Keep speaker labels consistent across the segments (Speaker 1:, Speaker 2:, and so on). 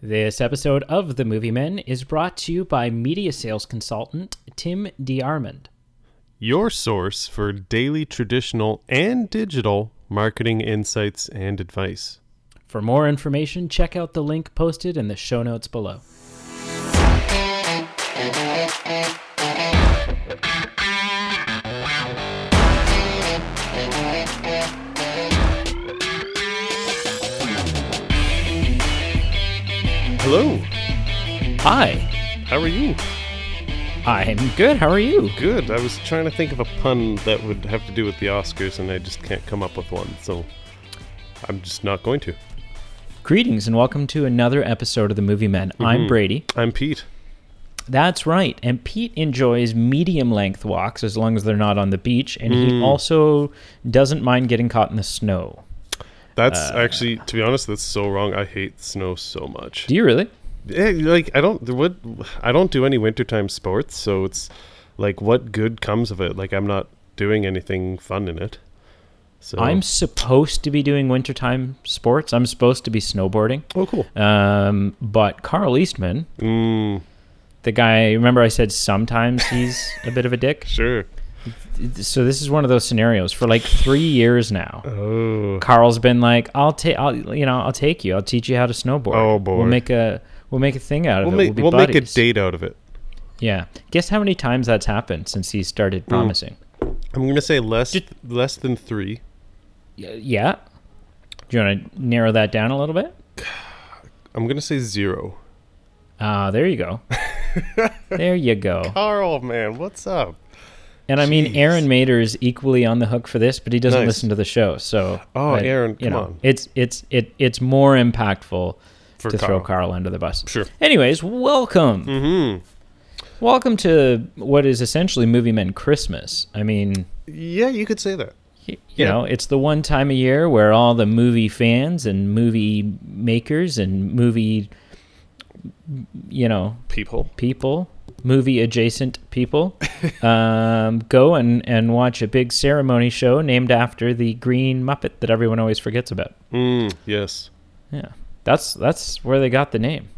Speaker 1: This episode of The Movie Men is brought to you by media sales consultant Tim DiArmond.
Speaker 2: your source for daily traditional and digital marketing insights and advice.
Speaker 1: For more information, check out the link posted in the show notes below.
Speaker 2: Hello,
Speaker 1: Hi,
Speaker 2: how are you?
Speaker 1: I'm good. How are you?
Speaker 2: Good. I was trying to think of a pun that would have to do with the Oscars, and I just can't come up with one, so I'm just not going to.
Speaker 1: Greetings and welcome to another episode of The Movie Men. I'm Brady.
Speaker 2: I'm Pete.
Speaker 1: That's right. And Pete enjoys medium length walks as long as they're not on the beach, and he also doesn't mind getting caught in the snow.
Speaker 2: That's
Speaker 1: Uh.
Speaker 2: actually, to be honest, that's so wrong. I hate snow so much.
Speaker 1: Do you really?
Speaker 2: Eh, like I don't what I don't do any wintertime sports, so it's like what good comes of it? Like I'm not doing anything fun in it. So
Speaker 1: I'm supposed to be doing wintertime sports. I'm supposed to be snowboarding.
Speaker 2: oh cool.
Speaker 1: Um, but Carl Eastman,
Speaker 2: Mm,
Speaker 1: the guy, remember I said sometimes he's a bit of a dick?
Speaker 2: sure.
Speaker 1: So this is one of those scenarios for like three years now.
Speaker 2: Oh,
Speaker 1: Carl's been like, I'll take, I'll, you know, I'll take you. I'll teach you how to snowboard.
Speaker 2: Oh, boy.
Speaker 1: We'll make a, we'll make a thing out of
Speaker 2: we'll
Speaker 1: it.
Speaker 2: make
Speaker 1: be
Speaker 2: we'll make a
Speaker 1: buddies."
Speaker 2: date out of it.
Speaker 1: Yeah. Guess how many times that's happened since he started
Speaker 2: Hmm.
Speaker 1: promising?
Speaker 2: I'm gonna say less
Speaker 1: Did-
Speaker 2: less than three.
Speaker 1: Y- Yeah. Do you want to narrow that down a little bit?
Speaker 2: I'm gonna say zero.
Speaker 1: Ah, there you go. there you go.
Speaker 2: Carl, man, what's up?
Speaker 1: And I mean,
Speaker 2: Jeez.
Speaker 1: Aaron Mader is equally on the hook for this, but he doesn't
Speaker 2: Nice.
Speaker 1: listen to the show. So,
Speaker 2: Oh,
Speaker 1: I-
Speaker 2: Aaron,
Speaker 1: you
Speaker 2: come
Speaker 1: know,
Speaker 2: on.
Speaker 1: it's it's it it's more impactful
Speaker 2: For
Speaker 1: to throw
Speaker 2: Carl.
Speaker 1: Carl under the bus.
Speaker 2: Sure.
Speaker 1: Anyways, welcome,
Speaker 2: Mm-hmm.
Speaker 1: welcome to what is essentially Movie Men Christmas. I mean,
Speaker 2: Yeah, you could say that.
Speaker 1: y- you
Speaker 2: Yeah.
Speaker 1: know, it's the one time a year where all the movie fans and movie makers and movie, you know,
Speaker 2: People.
Speaker 1: people, movie adjacent people, um, go and, and watch a big ceremony show named after the green Muppet that everyone always forgets about.
Speaker 2: Mm, yes.
Speaker 1: Yeah, that's that's where they got the name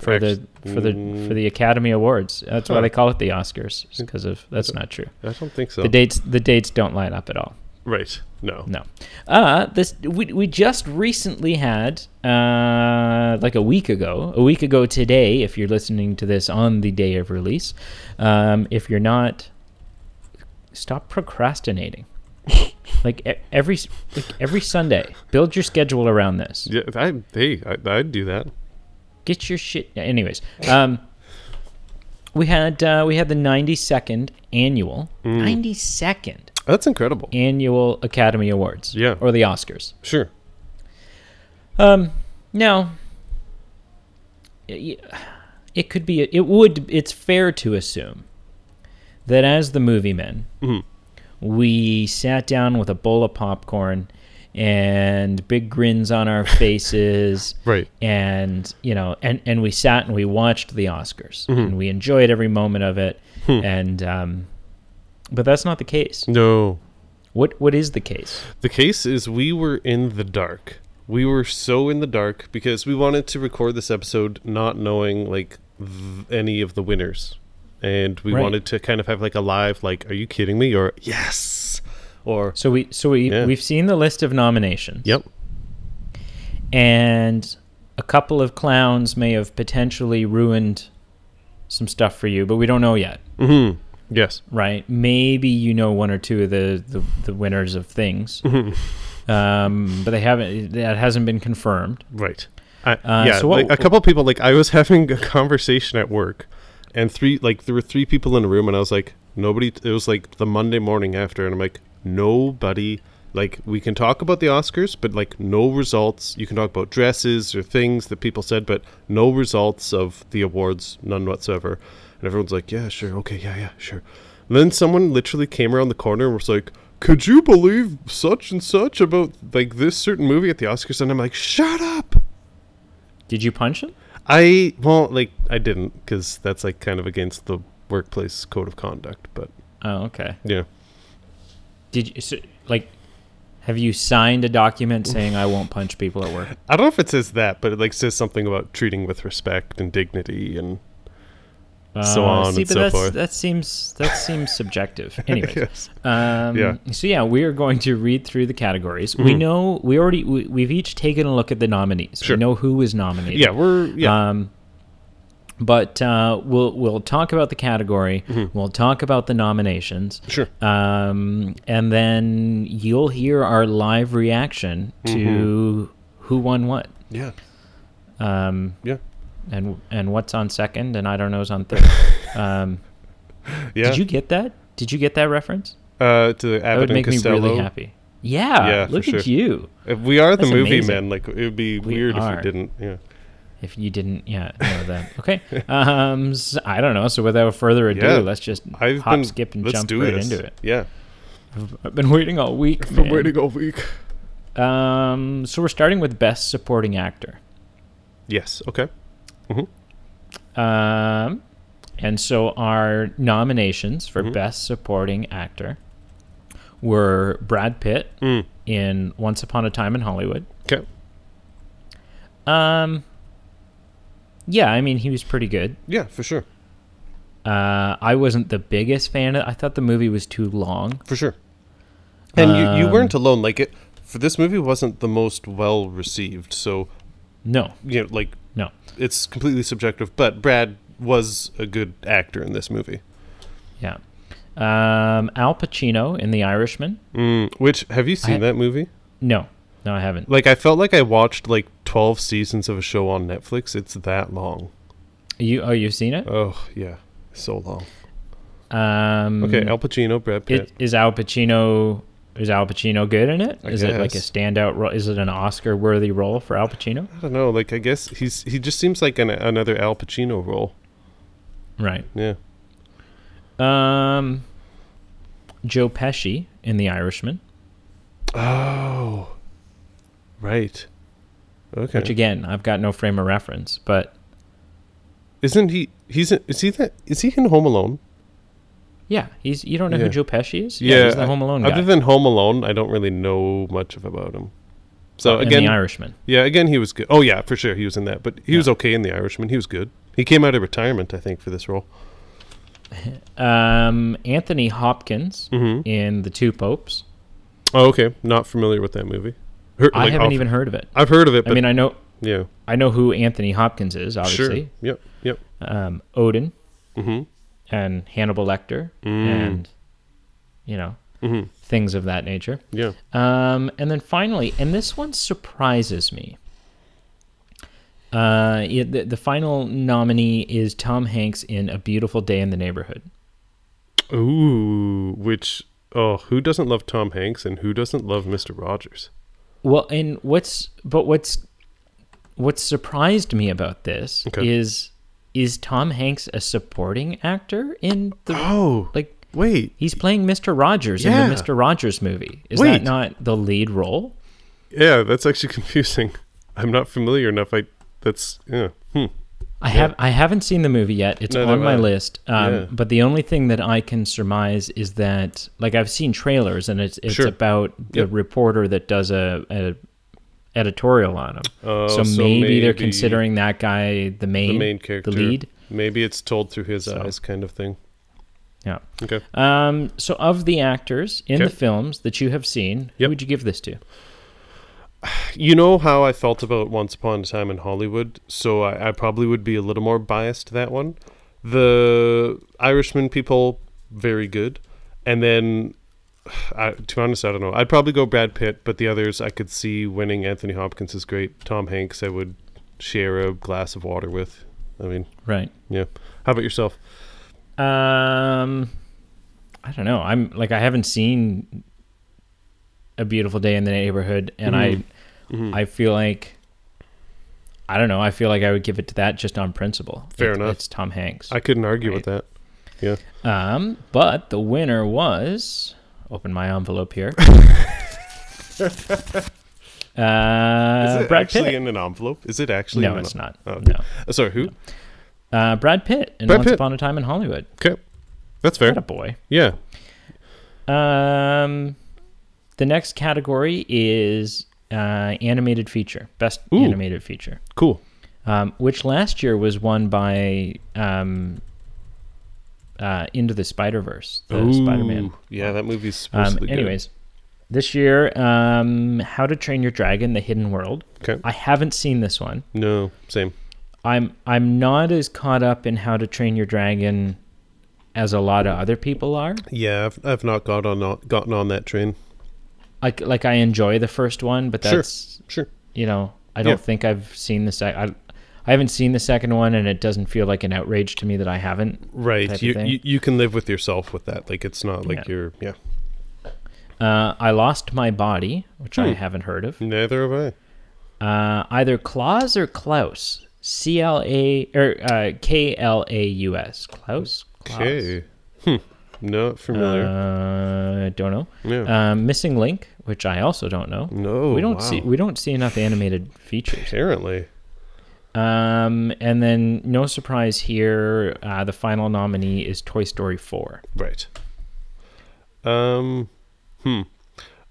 Speaker 1: for the for the for the Academy Awards. That's why
Speaker 2: Huh.
Speaker 1: they call it the Oscars because of that's not true.
Speaker 2: I don't think so.
Speaker 1: The dates the dates don't line up at all.
Speaker 2: right. No.
Speaker 1: No, uh, this we we just recently had uh, like a week ago, a week ago today. If you're listening to this on the day of release, um, if you're not, stop procrastinating. like e- every s- like every Sunday, build your schedule around this.
Speaker 2: Yeah. I, hey, I, I'd do that.
Speaker 1: Get your shit. yeah, Anyways, um, we had uh, we had the 92nd annual 92nd
Speaker 2: That's incredible.
Speaker 1: annual Academy Awards.
Speaker 2: Yeah.
Speaker 1: or the Oscars.
Speaker 2: Sure.
Speaker 1: Um, now, it, it could be, it would, it's fair to assume that as the movie men,
Speaker 2: Mhm.
Speaker 1: we sat down with a bowl of popcorn and big grins on our faces.
Speaker 2: Right.
Speaker 1: And you know, and and we sat and we watched the Oscars,
Speaker 2: Mm-hmm.
Speaker 1: and we enjoyed every moment of it.
Speaker 2: Hmm.
Speaker 1: And um, but that's not the case.
Speaker 2: No.
Speaker 1: What what is the case?
Speaker 2: The case is we were in the dark. We were so in the dark because we wanted to record this episode not knowing like th- any of the winners. And we
Speaker 1: Right.
Speaker 2: wanted to kind of have like a live like are you kidding me or yes or
Speaker 1: So we so we
Speaker 2: Yeah.
Speaker 1: we've seen the list of nominations.
Speaker 2: yep.
Speaker 1: and a couple of clowns may have potentially ruined some stuff for you, but we don't know yet,
Speaker 2: Mhm. Yes.
Speaker 1: right? Maybe you know one or two of the the, the winners of things, um, but they haven't. That hasn't been confirmed.
Speaker 2: Right. I, yeah.
Speaker 1: Uh, so what-
Speaker 2: like, a couple people like I was having a conversation at work, and three like there were three people in a room, and I was like nobody. It was like the Monday morning after, and I'm like nobody. Like we can talk about the Oscars, but like no results. You can talk about dresses or things that people said, but no results of the awards, none whatsoever. And everyone's like, yeah, sure, okay, yeah, yeah, sure. And then someone literally came around the corner and was like, could you believe such and such about like this certain movie at the Oscars? And I'm like, shut up.
Speaker 1: Did you punch him?
Speaker 2: I well, like I didn't because that's like kind of against the workplace code of conduct. But
Speaker 1: Oh, okay.
Speaker 2: yeah,
Speaker 1: Did you so, like? ha- Have you signed a document saying I won't punch people at work?
Speaker 2: I don't know if it says that, but it like says something about treating with respect and dignity and So on and so
Speaker 1: Uh, that's,
Speaker 2: forth.
Speaker 1: That seems that seems subjective. Anyways,
Speaker 2: Yes.
Speaker 1: um,
Speaker 2: Yeah. Mm-hmm.
Speaker 1: So yeah, we are going to read through the categories. We know we already we, we've each taken a look at the nominees.
Speaker 2: Sure.
Speaker 1: We know who is nominated.
Speaker 2: yeah, we're yeah.
Speaker 1: Um, but uh, we'll we'll talk about the category.
Speaker 2: Mm-hmm.
Speaker 1: We'll talk about the nominations.
Speaker 2: Sure.
Speaker 1: Um, and then you'll hear our live reaction
Speaker 2: Mm-hmm.
Speaker 1: to who won what.
Speaker 2: yeah.
Speaker 1: Um,
Speaker 2: Yeah.
Speaker 1: and and what's on second and I don't know is on third. um,
Speaker 2: Yeah.
Speaker 1: Did you get that? Did you get that reference?
Speaker 2: uh to
Speaker 1: That
Speaker 2: Abbott
Speaker 1: would
Speaker 2: and
Speaker 1: make
Speaker 2: Costello.
Speaker 1: me really happy. Yeah,
Speaker 2: Yeah, for
Speaker 1: look at
Speaker 2: sure.
Speaker 1: you.
Speaker 2: If we are the
Speaker 1: That's
Speaker 2: movie
Speaker 1: amazing.
Speaker 2: men, like it would be
Speaker 1: We
Speaker 2: weird if
Speaker 1: are.
Speaker 2: we didn't. Yeah.
Speaker 1: If you didn't, yeah, know that. Okay. Um, s I don't know. So without further ado,
Speaker 2: Yeah.
Speaker 1: let's just
Speaker 2: I've
Speaker 1: hop,
Speaker 2: been
Speaker 1: skip, and
Speaker 2: let's
Speaker 1: jump
Speaker 2: do
Speaker 1: right
Speaker 2: this.
Speaker 1: into it.
Speaker 2: Yeah.
Speaker 1: I've been waiting all week. Man.
Speaker 2: all week.
Speaker 1: Um, so we're starting with best supporting actor.
Speaker 2: Yes. Okay.
Speaker 1: Um, and so our nominations for
Speaker 2: Mm-hmm.
Speaker 1: Best Supporting Actor were Brad Pitt
Speaker 2: Mm.
Speaker 1: in Once Upon a Time in Hollywood.
Speaker 2: Okay.
Speaker 1: Um, yeah, I mean, he was pretty good.
Speaker 2: Yeah, for sure.
Speaker 1: Uh, I wasn't the biggest fan. Of, I thought the movie was too long.
Speaker 2: For sure. And you, you
Speaker 1: Um,
Speaker 2: weren't alone. Like it for this movie wasn't the most well received. So,
Speaker 1: No,
Speaker 2: you know, like
Speaker 1: no.
Speaker 2: it's completely subjective, but Brad was a good actor in this movie.
Speaker 1: Yeah. Um, Al Pacino in The Irishman.
Speaker 2: Mm, which have you seen
Speaker 1: I-
Speaker 2: that movie?
Speaker 1: No, no, I haven't.
Speaker 2: Like I felt like I watched like 12 seasons of a show on Netflix. It's that long.
Speaker 1: You oh, you've seen it?
Speaker 2: Oh, yeah. So long.
Speaker 1: Um,
Speaker 2: Okay, Al Pacino, Brad Pitt.
Speaker 1: It, is Al Pacino is Al Pacino good in it?
Speaker 2: I
Speaker 1: Is it like a
Speaker 2: guess.
Speaker 1: standout role? Is it an Oscar worthy role for Al Pacino?
Speaker 2: I don't know. Like, I guess he's he just seems like an, another Al Pacino role.
Speaker 1: Right.
Speaker 2: Yeah.
Speaker 1: Um, Joe Pesci in The Irishman,
Speaker 2: Oh, right. Okay.
Speaker 1: which again I've got no frame of reference, but
Speaker 2: Isn't he? He's in- is he that? Is he in Home Alone?
Speaker 1: yeah, he's you don't know
Speaker 2: Yeah.
Speaker 1: who Joe Pesci is? he's the Home Alone guy.
Speaker 2: Other than Home Alone, I don't really know much of about him. So
Speaker 1: in
Speaker 2: again,
Speaker 1: The Irishman.
Speaker 2: yeah, again he was good. Oh yeah, for sure he was in that. But he was okay in The Irishman. He was good. He came out of retirement, I think, for this role.
Speaker 1: Um, Anthony Hopkins
Speaker 2: Mm-hmm.
Speaker 1: in The Two Popes.
Speaker 2: Oh, okay. Not familiar with that movie. Heard-
Speaker 1: I
Speaker 2: like,
Speaker 1: haven't
Speaker 2: off-
Speaker 1: even heard of it.
Speaker 2: I've heard of it,
Speaker 1: I
Speaker 2: but
Speaker 1: mean, I know
Speaker 2: yeah,
Speaker 1: I know who Anthony Hopkins is,
Speaker 2: sure.
Speaker 1: obviously.
Speaker 2: Yep, yep.
Speaker 1: Um, Odin.
Speaker 2: hmm
Speaker 1: and Hannibal Lecter
Speaker 2: Mm.
Speaker 1: and you know
Speaker 2: Mhm.
Speaker 1: things of that nature.
Speaker 2: Yeah.
Speaker 1: Um, and then finally, and this one surprises me. Uh, yeah, the, the final nominee is Tom Hanks in A Beautiful Day in the Neighborhood.
Speaker 2: Ooh, which oh, who doesn't love Tom Hanks and who doesn't love Mister Rogers?
Speaker 1: Well, and what's but what's what surprised me about this
Speaker 2: Okay.
Speaker 1: is is Tom Hanks a supporting actor in the
Speaker 2: Oh,
Speaker 1: like
Speaker 2: wait,
Speaker 1: he's playing Mr. Rogers in
Speaker 2: Yeah.
Speaker 1: the Mr. Rogers movie. Is
Speaker 2: Wait.
Speaker 1: that not the lead role?
Speaker 2: yeah, that's actually confusing. I'm not familiar enough. I that's yeah. Hmm.
Speaker 1: I have I haven't seen the movie yet. It's
Speaker 2: Neither
Speaker 1: on
Speaker 2: have
Speaker 1: my
Speaker 2: I.
Speaker 1: list. Um,
Speaker 2: Yeah.
Speaker 1: But the only thing that I can surmise is that like I've seen trailers and it's it's
Speaker 2: Sure.
Speaker 1: about the
Speaker 2: Yep.
Speaker 1: reporter that does a, a editorial on him.
Speaker 2: Oh,
Speaker 1: so, maybe, they're
Speaker 2: maybe
Speaker 1: considering that guy the main
Speaker 2: the main character,
Speaker 1: the lead.
Speaker 2: Maybe it's told through his
Speaker 1: So.
Speaker 2: eyes, kind of thing.
Speaker 1: Yeah.
Speaker 2: Okay.
Speaker 1: Um, so of the actors in the
Speaker 2: Okay.
Speaker 1: films that you have seen, who
Speaker 2: Yep.
Speaker 1: would you give this to?
Speaker 2: You know how I felt about Once Upon a Time in Hollywood, so I, I probably would be a little more biased to that one. The Irishman people, very good. And then, I, to be honest, I don't know. I'd probably go Brad Pitt, but the others I could see winning. Anthony Hopkins is great. Tom Hanks, I would share a glass of water with. I mean,
Speaker 1: Right.
Speaker 2: yeah. How about yourself?
Speaker 1: Um, I don't know. I'm like I haven't seen a beautiful day in the neighborhood, and
Speaker 2: Mm-hmm.
Speaker 1: I, I feel like, I don't know. I feel like I would give it to that just on principle.
Speaker 2: Fair
Speaker 1: It's-
Speaker 2: enough.
Speaker 1: It's Tom Hanks.
Speaker 2: I couldn't argue with that. Yeah.
Speaker 1: um, but the winner was open my envelope here. uh, Brad
Speaker 2: actually
Speaker 1: Pitt.
Speaker 2: in an envelope? Is it actually?
Speaker 1: No,
Speaker 2: in an
Speaker 1: it's not.
Speaker 2: Oh, okay.
Speaker 1: No.
Speaker 2: Uh, Sorry, who?
Speaker 1: Uh, Brad Pitt in
Speaker 2: Brad
Speaker 1: Once
Speaker 2: Pitt.
Speaker 1: Upon a Time in Hollywood.
Speaker 2: Okay. That's
Speaker 1: What
Speaker 2: fair.
Speaker 1: a boy.
Speaker 2: Yeah.
Speaker 1: Um, The next category is uh, animated feature, best
Speaker 2: Ooh.
Speaker 1: animated feature,
Speaker 2: Cool.
Speaker 1: um, which last year was won by um, uh, Into the Spider Verse, the
Speaker 2: Ooh,
Speaker 1: Spider Man.
Speaker 2: Yeah, that movie's supposed
Speaker 1: Uh, Um,
Speaker 2: to be good.
Speaker 1: anyways, this year, um, How to Train Your Dragon: The Hidden World.
Speaker 2: Okay.
Speaker 1: I haven't seen this one.
Speaker 2: No, same.
Speaker 1: I'm I'm not as caught up in How to Train Your Dragon as a lot of other people are.
Speaker 2: Yeah, I've, I've not got on not gotten on that train.
Speaker 1: Like like I enjoy the first one, but
Speaker 2: Sure.
Speaker 1: that's
Speaker 2: Sure.
Speaker 1: you know I don't
Speaker 2: Yeah.
Speaker 1: think I've seen the sec. I, I haven't seen the second one, and it doesn't feel like an outrage to me that I haven't. type
Speaker 2: Right.
Speaker 1: of
Speaker 2: You,
Speaker 1: thing.
Speaker 2: you you can live with yourself with that. Like it's not like
Speaker 1: Yeah.
Speaker 2: you're yeah.
Speaker 1: Uh, I lost my body, which I
Speaker 2: Hmm.
Speaker 1: haven't heard of.
Speaker 2: Neither have I.
Speaker 1: Uh, either Claus or Klaus. C L A or uh, K L A U S. Klaus. Klaus?
Speaker 2: Okay. Hmm. Not familiar.
Speaker 1: Uh, don't know.
Speaker 2: yeah.
Speaker 1: Um, Missing Link, which I also don't know.
Speaker 2: no.
Speaker 1: we don't
Speaker 2: wow.
Speaker 1: see we don't see enough animated features.
Speaker 2: Apparently.
Speaker 1: Um, and then no surprise here, uh, the final nominee is Toy Story Four.
Speaker 2: Right. Um, hmm.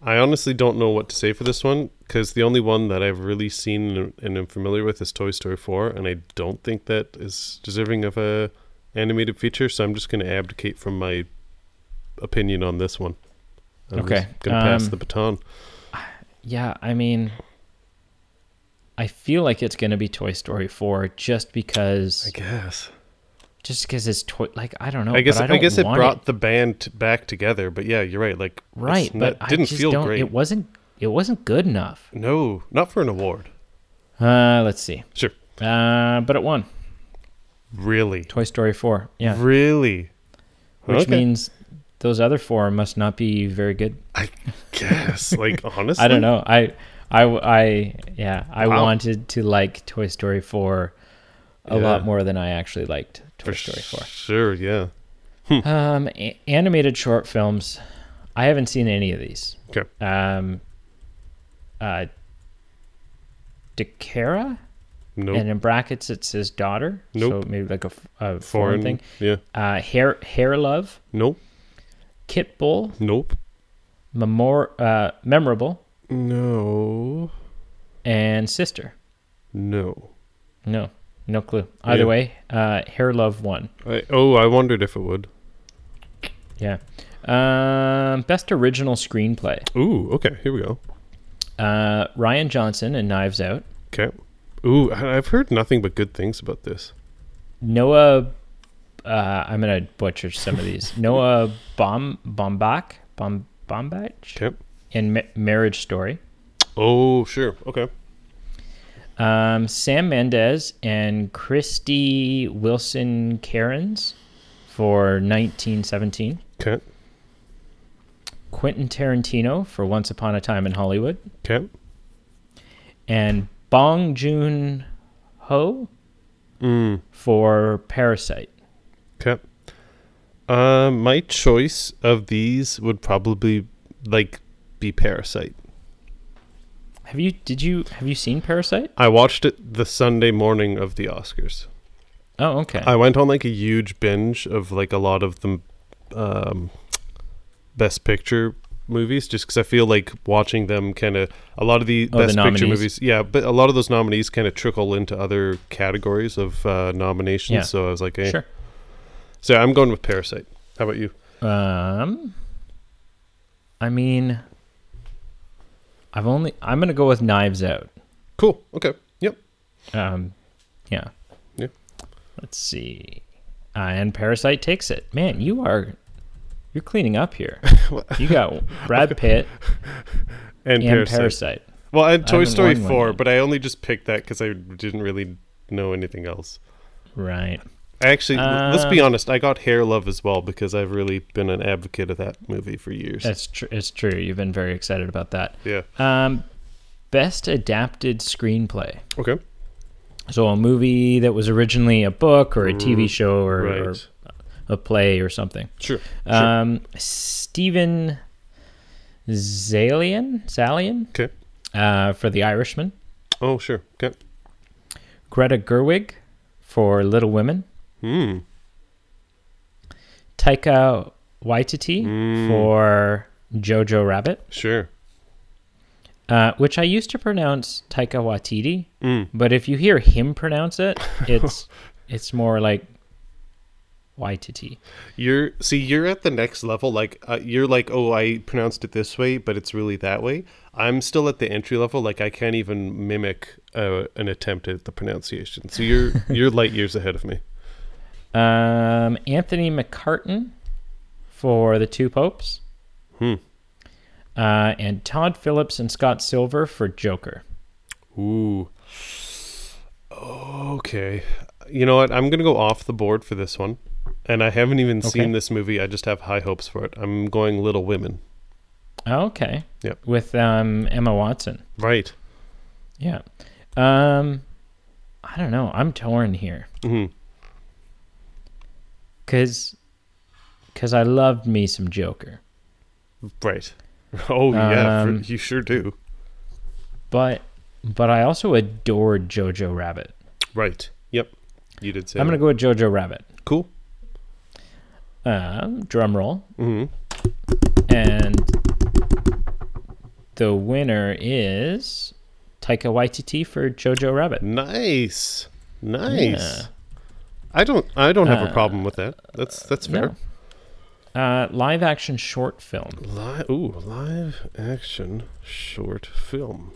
Speaker 2: I honestly don't know what to say for this one because the only one that I've really seen and, and am familiar with is Toy Story 4, and I don't think that is deserving of a animated feature. So I'm just going to abdicate from my opinion on this one. I'm
Speaker 1: Okay,
Speaker 2: Going to pass
Speaker 1: um,
Speaker 2: the baton.
Speaker 1: Yeah, I mean, I feel like it's gonna be Toy Story Four just because
Speaker 2: I guess.
Speaker 1: just because it's toy like I don't know.
Speaker 2: I guess.
Speaker 1: but I,
Speaker 2: I,
Speaker 1: don't
Speaker 2: guess it
Speaker 1: want
Speaker 2: brought the band t- back together. But yeah, you're right. Like it's
Speaker 1: right,
Speaker 2: not-
Speaker 1: but I
Speaker 2: didn't
Speaker 1: just
Speaker 2: feel
Speaker 1: don't,
Speaker 2: great.
Speaker 1: It wasn't. It wasn't good enough.
Speaker 2: no, not for an award.
Speaker 1: Uh, let's see.
Speaker 2: Sure.
Speaker 1: Uh, but it won
Speaker 2: Really.
Speaker 1: Toy Story Four. Yeah,
Speaker 2: Really.
Speaker 1: which
Speaker 2: Okay.
Speaker 1: means those other four must not be very good.
Speaker 2: I guess, like honestly,
Speaker 1: I don't know. I, I, I, yeah, I
Speaker 2: Wow.
Speaker 1: wanted to like Toy Story 4 a
Speaker 2: Yeah.
Speaker 1: lot more than I actually liked Toy
Speaker 2: For
Speaker 1: Story 4.
Speaker 2: sure, yeah.
Speaker 1: Um, a- animated short films. I haven't seen any of these.
Speaker 2: Okay,
Speaker 1: Um, uh, Dakara,
Speaker 2: no
Speaker 1: and in brackets it says daughter.
Speaker 2: Nope.
Speaker 1: So maybe like a, f- a foreign,
Speaker 2: foreign
Speaker 1: thing.
Speaker 2: Yeah,
Speaker 1: Uh, hair, hair love,
Speaker 2: nope,
Speaker 1: Kit Bull,
Speaker 2: nope,
Speaker 1: memor- uh, memorable,
Speaker 2: no,
Speaker 1: and sister.
Speaker 2: no.
Speaker 1: No, no clue. Either
Speaker 2: Yeah.
Speaker 1: way, uh, Hair Love won.
Speaker 2: I, oh, I wondered if it would.
Speaker 1: Yeah. Um, best original screenplay.
Speaker 2: Ooh, okay, here we go.
Speaker 1: Uh, Ryan Johnson and Knives Out.
Speaker 2: Okay. Ooh, I- I've heard nothing but good things about this.
Speaker 1: Noah. Uh, I'm gonna butcher some of these. Noah Bomb Bombach Bomb Bombach
Speaker 2: Okay.
Speaker 1: in Ma- Marriage Story.
Speaker 2: Oh, sure. Okay.
Speaker 1: Um, Sam Mendes and Christy Wilson Cairns for 1917.
Speaker 2: Okay.
Speaker 1: Quentin Tarantino for Once Upon a Time in Hollywood.
Speaker 2: Okay.
Speaker 1: and Bong Joon Ho
Speaker 2: Mm.
Speaker 1: for Parasite.
Speaker 2: Okay. Uh, my choice of these would probably like be Parasite.
Speaker 1: Have you did you have you seen Parasite?
Speaker 2: I watched it the Sunday morning of the Oscars.
Speaker 1: Oh, okay.
Speaker 2: I went on like a huge binge of like a lot of the um, best picture movies just because I feel like watching them kind of a lot of the
Speaker 1: Oh, the
Speaker 2: best picture
Speaker 1: nominees.
Speaker 2: movies. Yeah, but a lot of those nominees kind of trickle into other categories of uh, nominations.
Speaker 1: Yeah.
Speaker 2: So I was like, eh.
Speaker 1: Sure.
Speaker 2: So I'm going with Parasite. How about you?
Speaker 1: Um, I mean, I've only I'm gonna go with Knives Out.
Speaker 2: Cool. Okay. Yep.
Speaker 1: Um, yeah.
Speaker 2: Yeah.
Speaker 1: Let's see. Uh, and Parasite takes it. Man, you are you're cleaning up here. you got Brad Pitt and
Speaker 2: And, Parasite.
Speaker 1: Parasite.
Speaker 2: Well, and Toy
Speaker 1: haven't
Speaker 2: Story
Speaker 1: won one
Speaker 2: 4,
Speaker 1: yet.
Speaker 2: but I only just picked that because I didn't really know anything else.
Speaker 1: Right.
Speaker 2: Actually, l- let's be
Speaker 1: Um,
Speaker 2: honest. I got Hair Love as well because I've really been an advocate of that movie for years.
Speaker 1: That's true. It's true. You've been very excited about that.
Speaker 2: Yeah.
Speaker 1: Um, best adapted screenplay.
Speaker 2: Okay.
Speaker 1: So a movie that was originally a book or a TV show or, or
Speaker 2: Right.
Speaker 1: a play or something.
Speaker 2: Sure.
Speaker 1: Um, Stephen Zalian, Zalian,
Speaker 2: Okay.
Speaker 1: uh, for The Irishman.
Speaker 2: Oh, sure. Okay.
Speaker 1: Greta Gerwig for Little Women.
Speaker 2: Hmm.
Speaker 1: Taika Waititi
Speaker 2: Mm.
Speaker 1: for Jojo Rabbit.
Speaker 2: Sure.
Speaker 1: uh, which I used to pronounce Taika Waititi,
Speaker 2: Mm.
Speaker 1: but if you hear him pronounce it, it's it's more like Waititi.
Speaker 2: You're see, you're at the next level. Like uh, you're like, oh, I pronounced it this way, but it's really that way. I'm still at the entry level. Like I can't even mimic uh, an attempt at the pronunciation. So you're you're light years ahead of me.
Speaker 1: Um, Anthony McCartan for the two popes.
Speaker 2: Hmm.
Speaker 1: Uh, and Todd Phillips and Scott Silver for Joker.
Speaker 2: Ooh. Okay. You know what? I'm gonna go off the board for this one, and I haven't even seen this movie. I just have high hopes for it. I'm going Little Women.
Speaker 1: Okay.
Speaker 2: Yep.
Speaker 1: With um, Emma Watson.
Speaker 2: Right.
Speaker 1: Yeah. Um, I don't know. I'm torn here.
Speaker 2: Mhm.
Speaker 1: Cause, cause I loved me some Joker,
Speaker 2: Right. Oh yeah, for,
Speaker 1: Um,
Speaker 2: you sure do.
Speaker 1: but but I also adored Jojo Rabbit.
Speaker 2: Right. Yep. You did say.
Speaker 1: I'm gonna
Speaker 2: that.
Speaker 1: go with Jojo Rabbit.
Speaker 2: Cool.
Speaker 1: Uh, drum roll,
Speaker 2: hmm
Speaker 1: and the winner is Taika Waititi for Jojo Rabbit.
Speaker 2: Nice. Nice.
Speaker 1: Yeah.
Speaker 2: I don't. I don't have a
Speaker 1: Uh,
Speaker 2: problem with that. That's that's fair.
Speaker 1: No. Uh, live action short film.
Speaker 2: Li- ooh, live action short film.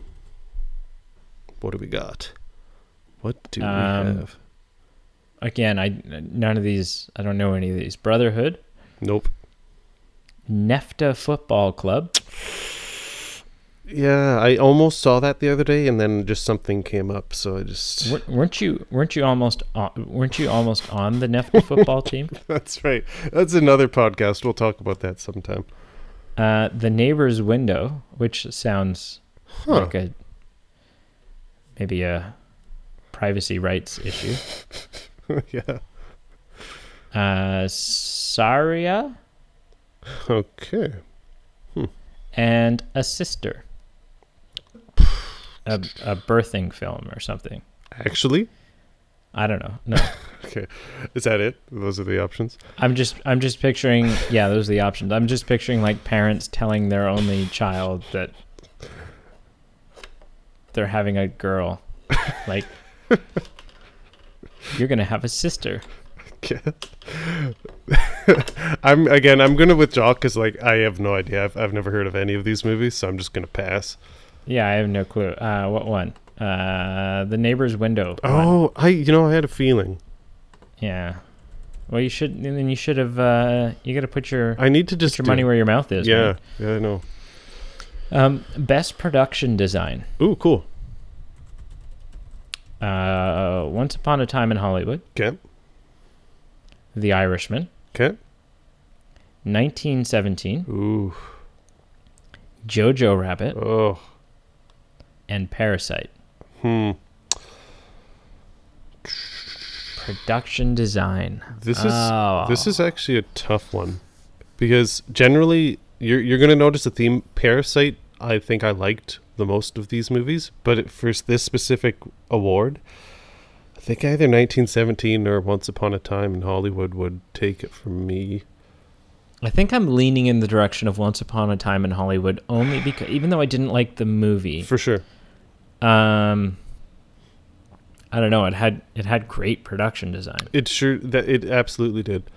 Speaker 2: What do we got? What do
Speaker 1: Um,
Speaker 2: we have?
Speaker 1: Again, I none of these. I don't know any of these. Brotherhood,
Speaker 2: Nope.
Speaker 1: NEFTA Football Club.
Speaker 2: Yeah, I almost saw that the other day, and then just something came up, so I just.
Speaker 1: Wer- weren't you weren't you almost on, weren't you almost on the NEFTA football team?
Speaker 2: That's right. That's another podcast. We'll talk about that sometime.
Speaker 1: Uh, the neighbor's window, which sounds
Speaker 2: Huh.
Speaker 1: like a maybe a privacy rights issue.
Speaker 2: yeah.
Speaker 1: Uh, Saria
Speaker 2: Okay.
Speaker 1: and a sister, a, a birthing film or something.
Speaker 2: Actually,
Speaker 1: I don't know. No,
Speaker 2: okay. Is that it? Those are the options.
Speaker 1: I'm just I'm just picturing. Yeah, those are the options. I'm just picturing like parents telling their only child that they're having a girl, like you're gonna have a sister.
Speaker 2: guess. I'm again. I'm gonna withdraw because like I have no idea. I've, I've never heard of any of these movies, so I'm just gonna pass.
Speaker 1: Yeah, I have no clue. Uh, what one? Uh, the neighbor's window. one.
Speaker 2: Oh, I you know I had a feeling.
Speaker 1: yeah. Well, you should. Then you should have. Uh, you got to put your
Speaker 2: I need to
Speaker 1: put
Speaker 2: just
Speaker 1: your
Speaker 2: do-
Speaker 1: money where your mouth is.
Speaker 2: Yeah, yeah, I
Speaker 1: man.
Speaker 2: know.
Speaker 1: Um, best production design.
Speaker 2: Ooh, cool.
Speaker 1: Uh, Once upon a time in Hollywood.
Speaker 2: Okay,
Speaker 1: The Irishman.
Speaker 2: okay.
Speaker 1: 1917,
Speaker 2: Ooh,
Speaker 1: Jojo Rabbit,
Speaker 2: oh,
Speaker 1: and Parasite.
Speaker 2: hmm.
Speaker 1: Production design.
Speaker 2: This is
Speaker 1: Oh.
Speaker 2: this is actually a tough one because generally you're you're gonna notice a theme. Parasite, I think I liked the most of these movies, but it, for this specific award, I think either 1917 or Once Upon a Time in Hollywood would take it from me.
Speaker 1: I think I'm leaning in the direction of Once Upon a Time in Hollywood only because even though I didn't like the movie,
Speaker 2: For sure.
Speaker 1: um, I don't know. It had it had great production design.
Speaker 2: It sure that it absolutely did.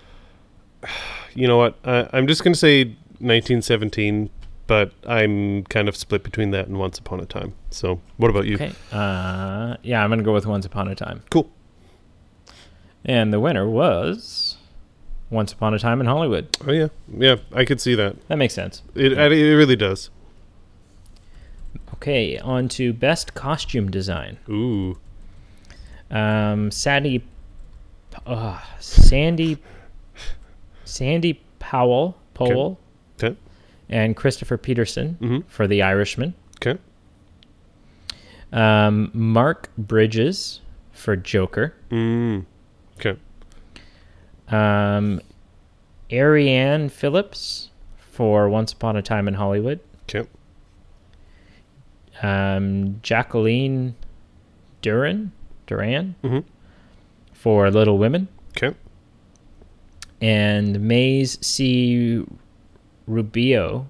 Speaker 2: You know what? I, I'm just gonna say 1917, but I'm kind of split between that and Once Upon a Time. So, what about you?
Speaker 1: Okay. Uh, yeah, I'm gonna go with Once Upon a Time.
Speaker 2: Cool.
Speaker 1: And the winner was Once Upon a Time in Hollywood.
Speaker 2: Oh yeah, yeah, I could see that.
Speaker 1: That makes sense.
Speaker 2: It it really does.
Speaker 1: Okay, on to best costume design.
Speaker 2: Ooh.
Speaker 1: Um, Sandy, uh, Sandy, Sandy Powell, Powell,
Speaker 2: Okay.
Speaker 1: and Christopher Peterson
Speaker 2: Mhm.
Speaker 1: for The Irishman.
Speaker 2: Okay.
Speaker 1: Um, Mark Bridges for Joker.
Speaker 2: Mm. Okay.
Speaker 1: Um, Ariane Phillips for Once Upon a Time in Hollywood.
Speaker 2: Okay.
Speaker 1: Um, Jacqueline Duran, Duran
Speaker 2: Mhm.
Speaker 1: for Little Women.
Speaker 2: Okay.
Speaker 1: and Mays C. Rubio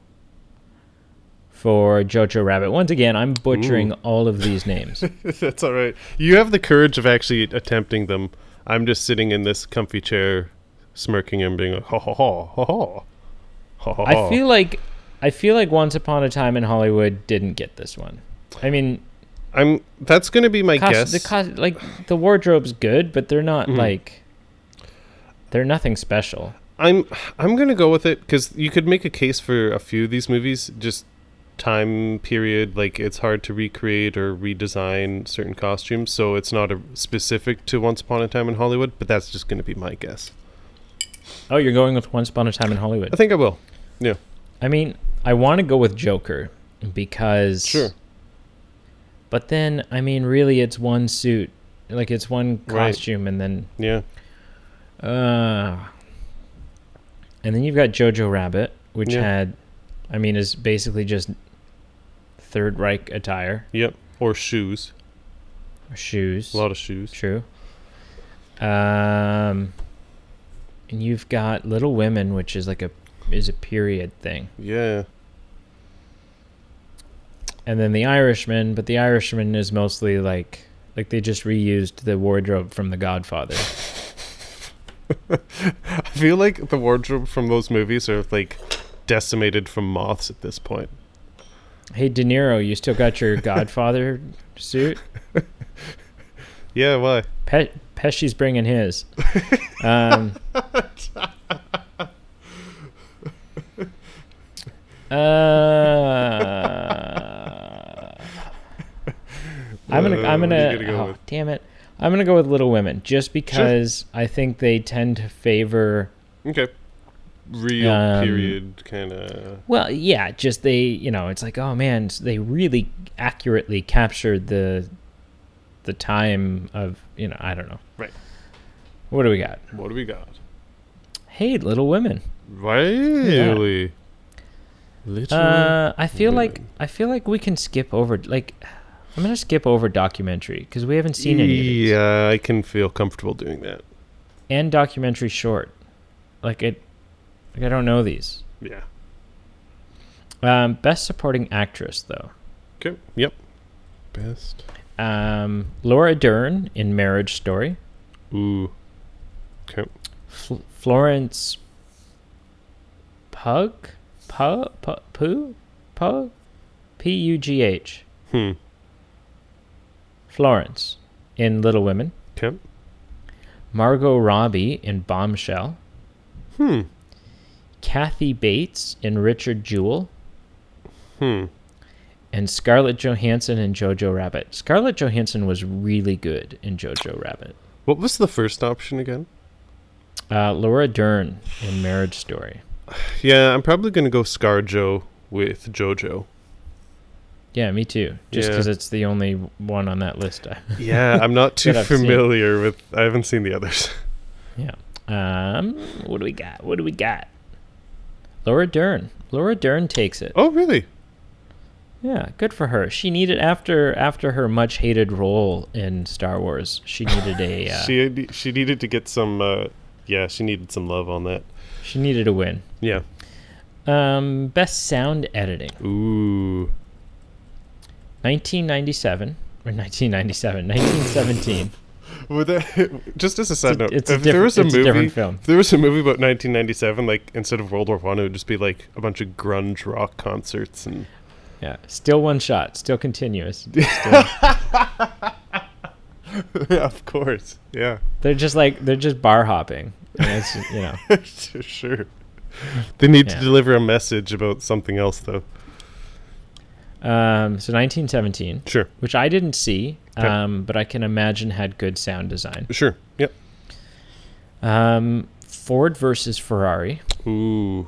Speaker 1: for Jojo Rabbit. Once again, I'm butchering all of these names.
Speaker 2: That's all right. You have the courage of actually attempting them. I'm just sitting in this comfy chair, smirking and being like, ha ha ha ha ha. Ha, ha,
Speaker 1: I
Speaker 2: ha.
Speaker 1: feel like I feel like Once Upon a Time in Hollywood didn't get this one. I mean,
Speaker 2: I'm. That's going to be my
Speaker 1: cost,
Speaker 2: guess.
Speaker 1: the cost, like the wardrobe's good, but they're not like they're nothing special.
Speaker 2: I'm I'm gonna go with it because you could make a case for a few of these movies. Just time period, like it's hard to recreate or redesign certain costumes, so it's not a, specific to Once Upon a Time in Hollywood. But that's just gonna be my guess.
Speaker 1: Oh, you're going with Once Upon a Time in
Speaker 2: I
Speaker 1: Hollywood.
Speaker 2: think I will. Yeah,
Speaker 1: I mean, I want to go with Joker because
Speaker 2: sure.
Speaker 1: But then, I mean, really, it's one suit, like it's one
Speaker 2: Right.
Speaker 1: costume, and then
Speaker 2: Yeah,
Speaker 1: Uh, and then you've got Jojo Rabbit, which
Speaker 2: Yeah.
Speaker 1: had, I mean, is basically just Third Reich attire,
Speaker 2: yep. Or shoes.
Speaker 1: or shoes.
Speaker 2: A lot of shoes.
Speaker 1: True. Um, and you've got Little Women, which is like a is a period thing,
Speaker 2: Yeah.
Speaker 1: and then The Irishman, but The Irishman is mostly like like they just reused the wardrobe from The Godfather.
Speaker 2: I feel like the wardrobe from those movies are like decimated from moths at this point.
Speaker 1: hey, De Niro, you still got your Godfather suit?
Speaker 2: Yeah. Why?
Speaker 1: Pe- Pesci's bringing his. Um, uh, I'm gonna.
Speaker 2: Uh,
Speaker 1: I'm
Speaker 2: what
Speaker 1: gonna.
Speaker 2: are you gonna go
Speaker 1: oh,
Speaker 2: with?
Speaker 1: damn it! I'm gonna go with Little Women just because I think they tend to favor.
Speaker 2: Okay. Real
Speaker 1: Um,
Speaker 2: period kind of.
Speaker 1: Well, yeah, just they. You know, it's like, oh man, s- they really accurately captured the, the time of. You know, I don't know.
Speaker 2: Right.
Speaker 1: What do we got?
Speaker 2: What do we got?
Speaker 1: Hey, Little Women.
Speaker 2: Really? Literally.
Speaker 1: Uh, I feel like
Speaker 2: Women.
Speaker 1: I feel like we can skip over. Like, I'm gonna skip over documentary because we haven't seen any of these.
Speaker 2: yeah, I can feel comfortable doing that.
Speaker 1: And documentary short, like it. Like I don't know these.
Speaker 2: Yeah.
Speaker 1: Um, best supporting actress though.
Speaker 2: Okay. Yep. Best.
Speaker 1: Um, Laura Dern in Marriage Story.
Speaker 2: Ooh. Okay.
Speaker 1: Fl- Florence. Pug, Pug, Pug, Poo, Pug, P U G H.
Speaker 2: Hmm.
Speaker 1: Florence in Little Women.
Speaker 2: Okay.
Speaker 1: Margot Robbie in Bombshell.
Speaker 2: Hmm.
Speaker 1: Kathy Bates and Richard Jewell
Speaker 2: Hmm.
Speaker 1: and Scarlett Johansson and Jojo Rabbit. Scarlett Johansson was really good in Jojo Rabbit.
Speaker 2: What was the first option again?
Speaker 1: Uh, Laura Dern in Marriage Story.
Speaker 2: Yeah, I'm probably gonna go ScarJo with JoJo.
Speaker 1: Yeah, me too. Just
Speaker 2: Yeah.
Speaker 1: because it's the only one on that list.
Speaker 2: Yeah, I'm not too
Speaker 1: That I've seen.
Speaker 2: familiar with. I haven't seen the others.
Speaker 1: yeah. Um, what do we got? What do we got? Laura Dern. Laura Dern takes it.
Speaker 2: Oh, really?
Speaker 1: Yeah, good for her. She needed after after her much hated role in Star Wars. She needed a uh, she,
Speaker 2: She she needed to get some. Uh, yeah, she needed some love on that.
Speaker 1: she needed a win.
Speaker 2: Yeah.
Speaker 1: Um, best sound editing.
Speaker 2: Ooh.
Speaker 1: 1997 or 1997 1917
Speaker 2: Would that, just as a side
Speaker 1: a-
Speaker 2: note,
Speaker 1: it's a
Speaker 2: if there
Speaker 1: different-
Speaker 2: was a
Speaker 1: it's a
Speaker 2: movie,
Speaker 1: different film.
Speaker 2: if there was a movie about 1997, like instead of World War One, it would just be like a bunch of grunge rock concerts and
Speaker 1: yeah still one shot still continuous
Speaker 2: yeah, of course, yeah,
Speaker 1: they're just like they're just bar hopping and it's you know
Speaker 2: sure. They need
Speaker 1: Yeah.
Speaker 2: to deliver a message about something else, though.
Speaker 1: um, so 1917
Speaker 2: Sure,
Speaker 1: which i didn't see
Speaker 2: Okay.
Speaker 1: um, but i can imagine had good sound design
Speaker 2: sure, yep.
Speaker 1: um, ford versus ferrari
Speaker 2: Ooh,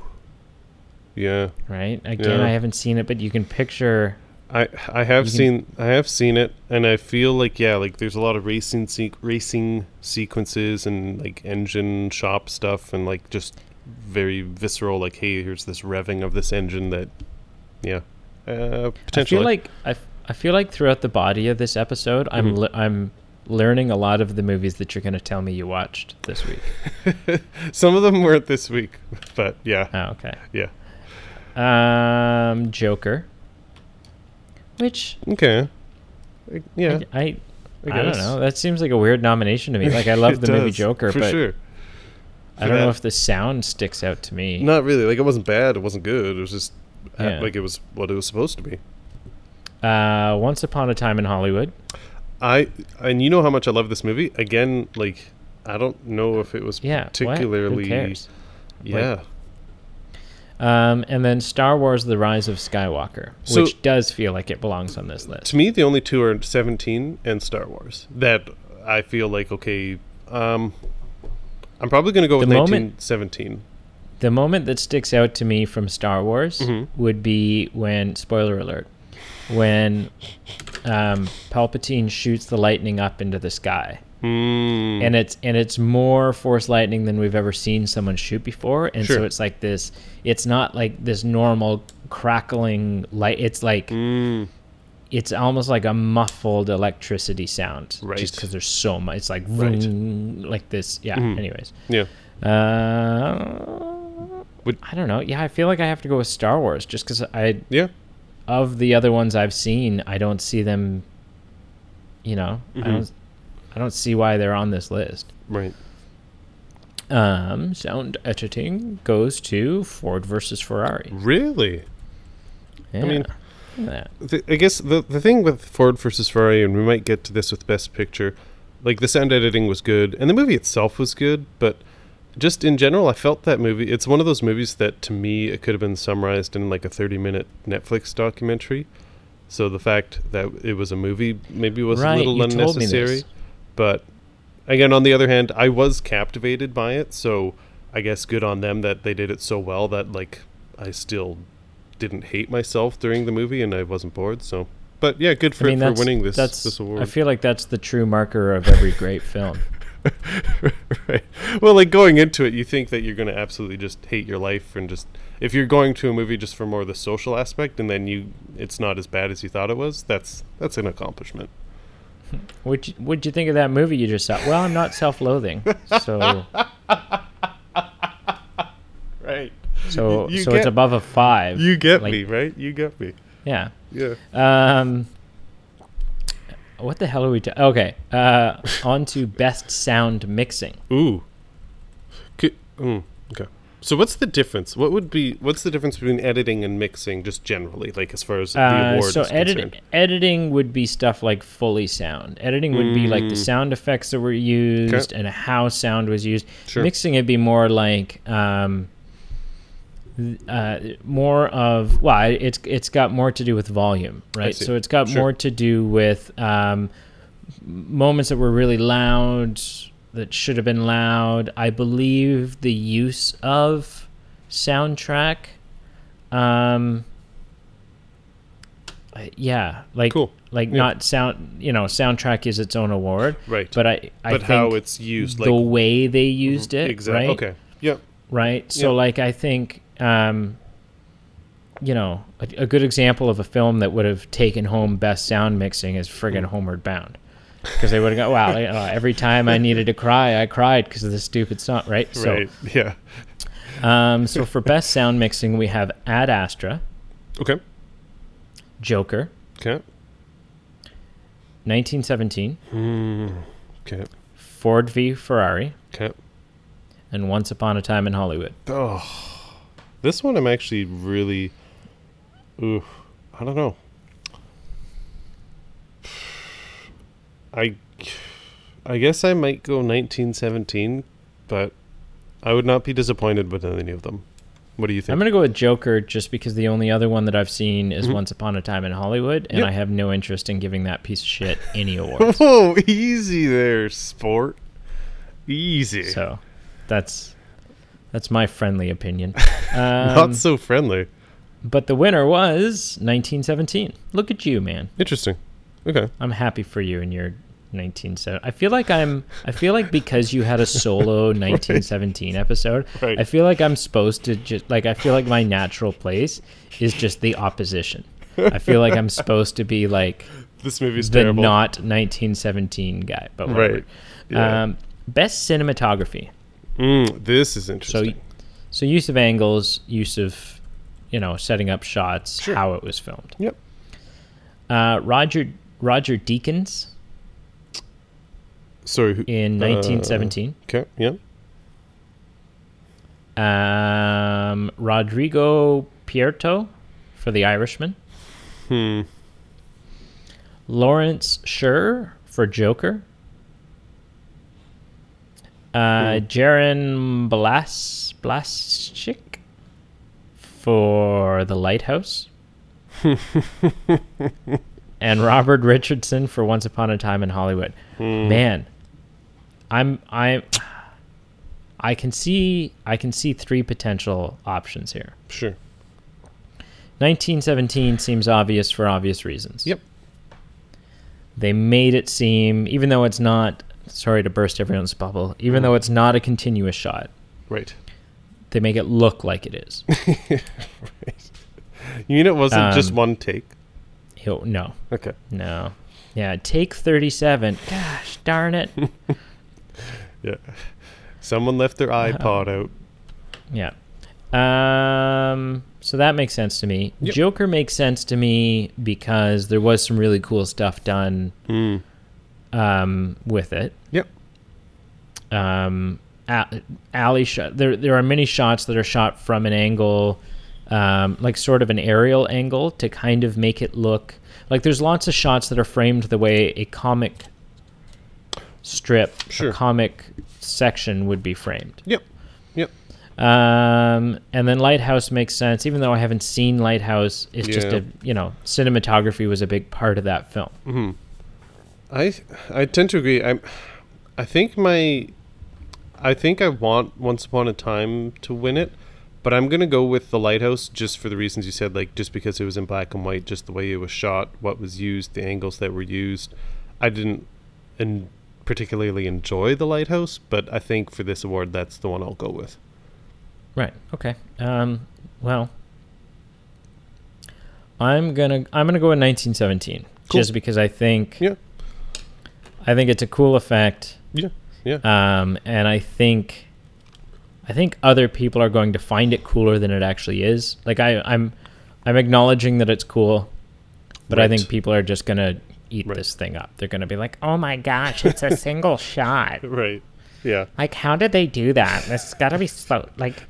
Speaker 2: yeah.
Speaker 1: right again
Speaker 2: Yeah.
Speaker 1: i haven't seen it but you can picture
Speaker 2: I I have
Speaker 1: You can-
Speaker 2: seen I have seen it, and I feel like yeah, like there's a lot of racing se- racing sequences and like engine shop stuff, and like just very visceral. Like hey, here's this revving of this engine that, yeah, uh,
Speaker 1: I
Speaker 2: potentially.
Speaker 1: feel like I, f- I feel like throughout the body of this episode, I'm
Speaker 2: Mhm.
Speaker 1: le- I'm learning a lot of the movies that you're going to tell me you watched this week.
Speaker 2: some of them weren't
Speaker 1: Uh.
Speaker 2: this week, but yeah,
Speaker 1: Oh, okay.
Speaker 2: yeah.
Speaker 1: Um, Joker, Which
Speaker 2: Okay. I- Yeah.
Speaker 1: I, I,
Speaker 2: I,
Speaker 1: I don't
Speaker 2: guess.
Speaker 1: know. That seems like a weird nomination to me. Like I love
Speaker 2: It
Speaker 1: the movie
Speaker 2: does,
Speaker 1: Joker,
Speaker 2: for
Speaker 1: but
Speaker 2: sure.
Speaker 1: I don't know
Speaker 2: that.
Speaker 1: if the sound sticks out to me.
Speaker 2: Not really. Like it wasn't bad. It wasn't good. It was just uh,
Speaker 1: Yeah.
Speaker 2: like it was what it was supposed to be.
Speaker 1: Uh, Once Upon a Time in Hollywood.
Speaker 2: I and you know how much I love this movie. Again, like I don't know if it was
Speaker 1: Yeah. what? Who
Speaker 2: particularly.
Speaker 1: cares?
Speaker 2: Yeah.
Speaker 1: Um, and then Star Wars: The Rise of Skywalker,
Speaker 2: So-
Speaker 1: which does feel like it belongs on this list.
Speaker 2: to me, the only two are Seventeen and Star Wars. That I feel like okay. Um, I'm probably gonna go
Speaker 1: The
Speaker 2: with
Speaker 1: moment-
Speaker 2: 1917.
Speaker 1: The moment that sticks out to me from Star Wars
Speaker 2: Mhm.
Speaker 1: would be when spoiler alert, when um, Palpatine shoots the lightning up into the sky.
Speaker 2: Mm.
Speaker 1: and it's and it's more force lightning than we've ever seen someone shoot before and so
Speaker 2: Sure.
Speaker 1: it's like this it's not like this normal crackling light it's like
Speaker 2: Mm.
Speaker 1: it's almost like a muffled electricity sound
Speaker 2: Right.
Speaker 1: just because there's so much it's like
Speaker 2: Right.
Speaker 1: vroom, like this yeah
Speaker 2: Mhm.
Speaker 1: anyways
Speaker 2: Yeah.
Speaker 1: uh
Speaker 2: Would-
Speaker 1: i don't know yeah i feel like i have to go with star wars just because i
Speaker 2: Yeah.
Speaker 1: of the other ones i've seen i don't see them you know i
Speaker 2: Mhm.
Speaker 1: don't i don't see why they're on this list
Speaker 2: Right.
Speaker 1: um, sound editing goes to Ford versus Ferrari.
Speaker 2: Really.
Speaker 1: Yeah.
Speaker 2: Mm. mean-
Speaker 1: Look at
Speaker 2: the, I guess the the thing with Ford versus Ferrari, and we might get to this with Best Picture, like the sound editing was good, and the movie itself was good, but just in general, I felt that movie. It's one of those movies that, to me, it could have been summarized in like a thirty-minute Netflix documentary. So the fact that it was a movie maybe was
Speaker 1: Right,
Speaker 2: a little
Speaker 1: you told me
Speaker 2: unnecessary,
Speaker 1: this.
Speaker 2: but again, on the other hand, I was captivated by it. So I guess good on them that they did it so well that like I still didn't hate myself during the movie and I wasn't bored. So, but yeah, good
Speaker 1: I
Speaker 2: for,
Speaker 1: mean,
Speaker 2: for
Speaker 1: that's,
Speaker 2: winning this
Speaker 1: that's,
Speaker 2: this
Speaker 1: I
Speaker 2: award.
Speaker 1: feel like that's the true marker of every great film.
Speaker 2: right. Well, like going into it, you think that you're going to absolutely just hate your life and just if you're going to a movie just for more of the social aspect and then you it's not as bad as you thought it was. That's that's an accomplishment.
Speaker 1: Would you, would you think of that movie you just saw? Well, I'm not self-loathing, so
Speaker 2: Right.
Speaker 1: so
Speaker 2: You
Speaker 1: so it's
Speaker 2: get-
Speaker 1: above a five.
Speaker 2: You get
Speaker 1: Like-
Speaker 2: me, right? You get me.
Speaker 1: Yeah.
Speaker 2: Yeah.
Speaker 1: Um, what the hell are we? Ta- okay. Uh, on to best sound mixing.
Speaker 2: Ooh. Could, mm, okay. So what's the difference? What would be what's the difference between editing and mixing just generally, like as far as the
Speaker 1: Uh,
Speaker 2: award
Speaker 1: so
Speaker 2: is
Speaker 1: editing
Speaker 2: concerned?
Speaker 1: editing would be stuff like fully sound. Editing would be like the
Speaker 2: Mm.
Speaker 1: sound effects that were used and how sound was used.
Speaker 2: Sure.
Speaker 1: Mixing would be more like um, th- uh, more of well, I- it's it's got more to do with volume, right?
Speaker 2: see.
Speaker 1: So it's got
Speaker 2: Sure.
Speaker 1: more to do with um, moments that were really loud that should have been loud. I believe the use of soundtrack. Um, I- yeah, like
Speaker 2: Cool.
Speaker 1: like
Speaker 2: Yeah.
Speaker 1: not sound. You know, soundtrack is its own award,
Speaker 2: Right.
Speaker 1: but I I
Speaker 2: but
Speaker 1: think
Speaker 2: how it's used,
Speaker 1: the
Speaker 2: like
Speaker 1: way they used it,
Speaker 2: exactly.
Speaker 1: right?
Speaker 2: Okay. Yeah.
Speaker 1: right? So
Speaker 2: Yeah.
Speaker 1: like I think um you know, a, a good example of a film that would have taken home best sound mixing is friggin'
Speaker 2: Mm.
Speaker 1: Homeward Bound. Because they would have gone, wow, I- uh, every time I needed to cry, I cried because of this stupid song, right?
Speaker 2: Right. Yeah.
Speaker 1: So, um, so for best sound mixing, we have Ad Astra,
Speaker 2: Okay.
Speaker 1: Joker,
Speaker 2: Okay.
Speaker 1: 1917,
Speaker 2: Okay.
Speaker 1: Ford v Ferrari,
Speaker 2: Okay.
Speaker 1: and Once Upon a Time in Hollywood.
Speaker 2: Oh. This one I'm actually really ooh, I don't know. I I guess I might go 1917, but I would not be disappointed with any of them. What do you
Speaker 1: I'm
Speaker 2: think?
Speaker 1: going to go with Joker just because the only other one that I've seen is
Speaker 2: Mhm.
Speaker 1: Once Upon a Time in Hollywood, and
Speaker 2: Yep.
Speaker 1: I have no interest in giving that piece of shit any awards.
Speaker 2: oh, easy there, sport. Easy.
Speaker 1: so that's that's my friendly opinion. Um,
Speaker 2: not so friendly.
Speaker 1: but the winner was 1917. Look at you, man.
Speaker 2: Interesting. Okay.
Speaker 1: I'm happy for you in your 1917. I feel like I'm. I feel like because you had a solo 1917 episode,
Speaker 2: Right.
Speaker 1: I feel like I'm supposed to just like I feel like my natural place is just the opposition. I feel like I'm supposed to be like
Speaker 2: This movie's
Speaker 1: the
Speaker 2: terrible.
Speaker 1: not 1917 guy, but whatever.
Speaker 2: right. Yeah.
Speaker 1: Um, best cinematography.
Speaker 2: Mm, this is
Speaker 1: So,
Speaker 2: interesting.
Speaker 1: so use of angles, use of, you know, setting up shots,
Speaker 2: Sure.
Speaker 1: how it was filmed.
Speaker 2: Yep.
Speaker 1: Uh, Roger Roger Deakins
Speaker 2: Sorry. who-
Speaker 1: in
Speaker 2: uh,
Speaker 1: 1917.
Speaker 2: Okay. Yeah.
Speaker 1: Um, Rodrigo Pierto for The Irishman.
Speaker 2: Hmm.
Speaker 1: Lawrence Schur for Joker. Uh,
Speaker 2: Hmm.
Speaker 1: Jaron Blas Blaschik for The Lighthouse. and Robert Richardson for Once Upon a Time in Hollywood.
Speaker 2: Hmm.
Speaker 1: Man, I'm I I can see I can see three potential options here.
Speaker 2: Sure.
Speaker 1: 1917 seems obvious for obvious reasons.
Speaker 2: Yep.
Speaker 1: They made it seem, even though it's not, sorry to burst everyone's bubble, even though it's not a continuous shot,
Speaker 2: Right.
Speaker 1: they make it look like it is.
Speaker 2: You mean it wasn't just
Speaker 1: Um,
Speaker 2: one take?
Speaker 1: He'll- no,
Speaker 2: Okay.
Speaker 1: no. Yeah, take 37. Gosh darn it.
Speaker 2: Yeah. Someone left their iPod out.
Speaker 1: Yeah. Um, so that makes sense to me.
Speaker 2: Yep.
Speaker 1: Joker makes sense to me because there was some really cool stuff done
Speaker 2: Hmm.
Speaker 1: um, with it.
Speaker 2: Yep.
Speaker 1: um, a- alley shot. There, there are many shots that are shot from an angle, um, like sort of an aerial angle, to kind of make it look like there's lots of shots that are framed the way a comic strip,
Speaker 2: Sure.
Speaker 1: a comic section would be framed.
Speaker 2: Yep. Yep.
Speaker 1: Um, and then Lighthouse makes sense, even though I haven't seen Lighthouse. It's just
Speaker 2: Yeah.
Speaker 1: a you know cinematography was a big part of that film.
Speaker 2: I I tend to agree. I'm I think my I think I want Once Upon a Time to win it, but I'm gonna go with the lighthouse just for the reasons you said, like just because it was in black and white, just the way it was shot, what was used, the angles that were used. I didn't and particularly enjoy the lighthouse, but I think for this award that's the one I'll go with.
Speaker 1: Right. Okay. Um, well, I'm gonna I'm gonna go with 1917
Speaker 2: Cool.
Speaker 1: just because I think
Speaker 2: Yeah.
Speaker 1: I think it's a cool effect,
Speaker 2: Yeah. Yeah.
Speaker 1: um, and I think I think other people are going to find it cooler than it actually is. Like I I'm I'm acknowledging that it's cool, but I
Speaker 2: Right.
Speaker 1: think people are just gonna eat
Speaker 2: Right.
Speaker 1: this thing up. They're gonna be like, oh my gosh, it's a single shot.
Speaker 2: Right. Yeah.
Speaker 1: Like, how did they do that? This has got to be slow. Like,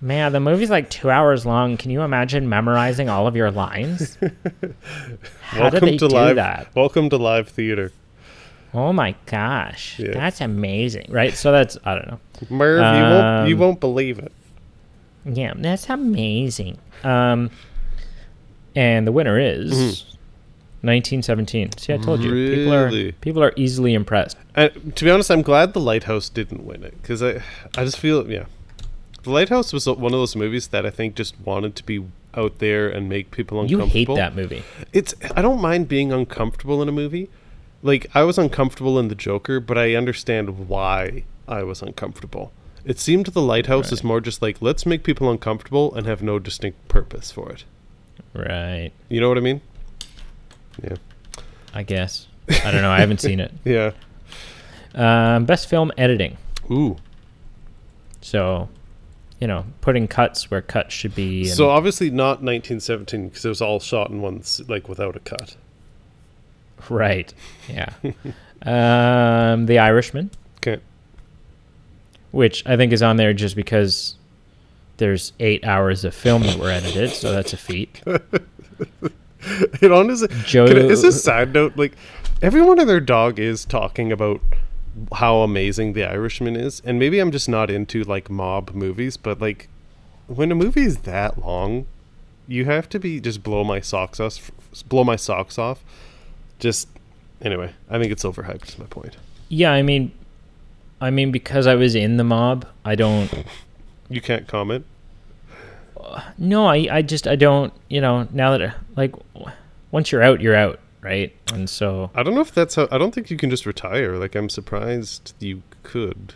Speaker 1: man, the movie's like two hours long. Can you imagine memorizing all of your lines? How did they do
Speaker 2: live
Speaker 1: that?
Speaker 2: Welcome to live theater.
Speaker 1: Oh my gosh,
Speaker 2: Yeah.
Speaker 1: that's amazing, right? So that's I don't know.
Speaker 2: Merv, you won't you
Speaker 1: Um,
Speaker 2: won't believe it.
Speaker 1: Yeah, that's amazing. Um, and the winner is 1917. See, I told you, people
Speaker 2: Mm-hmm. Really?
Speaker 1: are people are easily impressed.
Speaker 2: And to be honest, I'm glad the Lighthouse didn't win it because I, I just feel yeah, the Lighthouse was one of those movies that I think just wanted to be out there and make people
Speaker 1: You hate
Speaker 2: uncomfortable.
Speaker 1: that movie.
Speaker 2: It's I don't mind being uncomfortable in a movie. Like I was uncomfortable in the Joker, but I understand why I was uncomfortable. It seemed the Lighthouse is more just like let's make people uncomfortable and have no distinct purpose for it.
Speaker 1: Right.
Speaker 2: You know what I mean? Yeah.
Speaker 1: I guess. I don't know. I haven't seen it.
Speaker 2: Yeah.
Speaker 1: Um, best film editing.
Speaker 2: Ooh.
Speaker 1: So, you know, putting cuts where cuts should be. And,
Speaker 2: So obviously not 1917 because it was all shot in one s- like without a cut.
Speaker 1: right, yeah. um, the Irishman,
Speaker 2: Okay.
Speaker 1: which I think is on there just because there's eight hours of film that were edited, so that's a feat.
Speaker 2: It honestly
Speaker 1: Joe-
Speaker 2: can I- is a side note. Like everyone and their dog is talking about how amazing The Irishman is, and maybe I'm just not into like mob movies, but like when a movie is that long, you have to be just blow my socks off, blow my socks off. Just anyway, I think it's overhyped. Is my point.
Speaker 1: Yeah, I mean, I mean because I was in the mob, I don't.
Speaker 2: You can't comment.
Speaker 1: No, I, I just I don't. You know, now that like, w- once you're out, you're out, right? And so,
Speaker 2: I don't know if that's how. I don't think you can just retire. Like I'm surprised you could.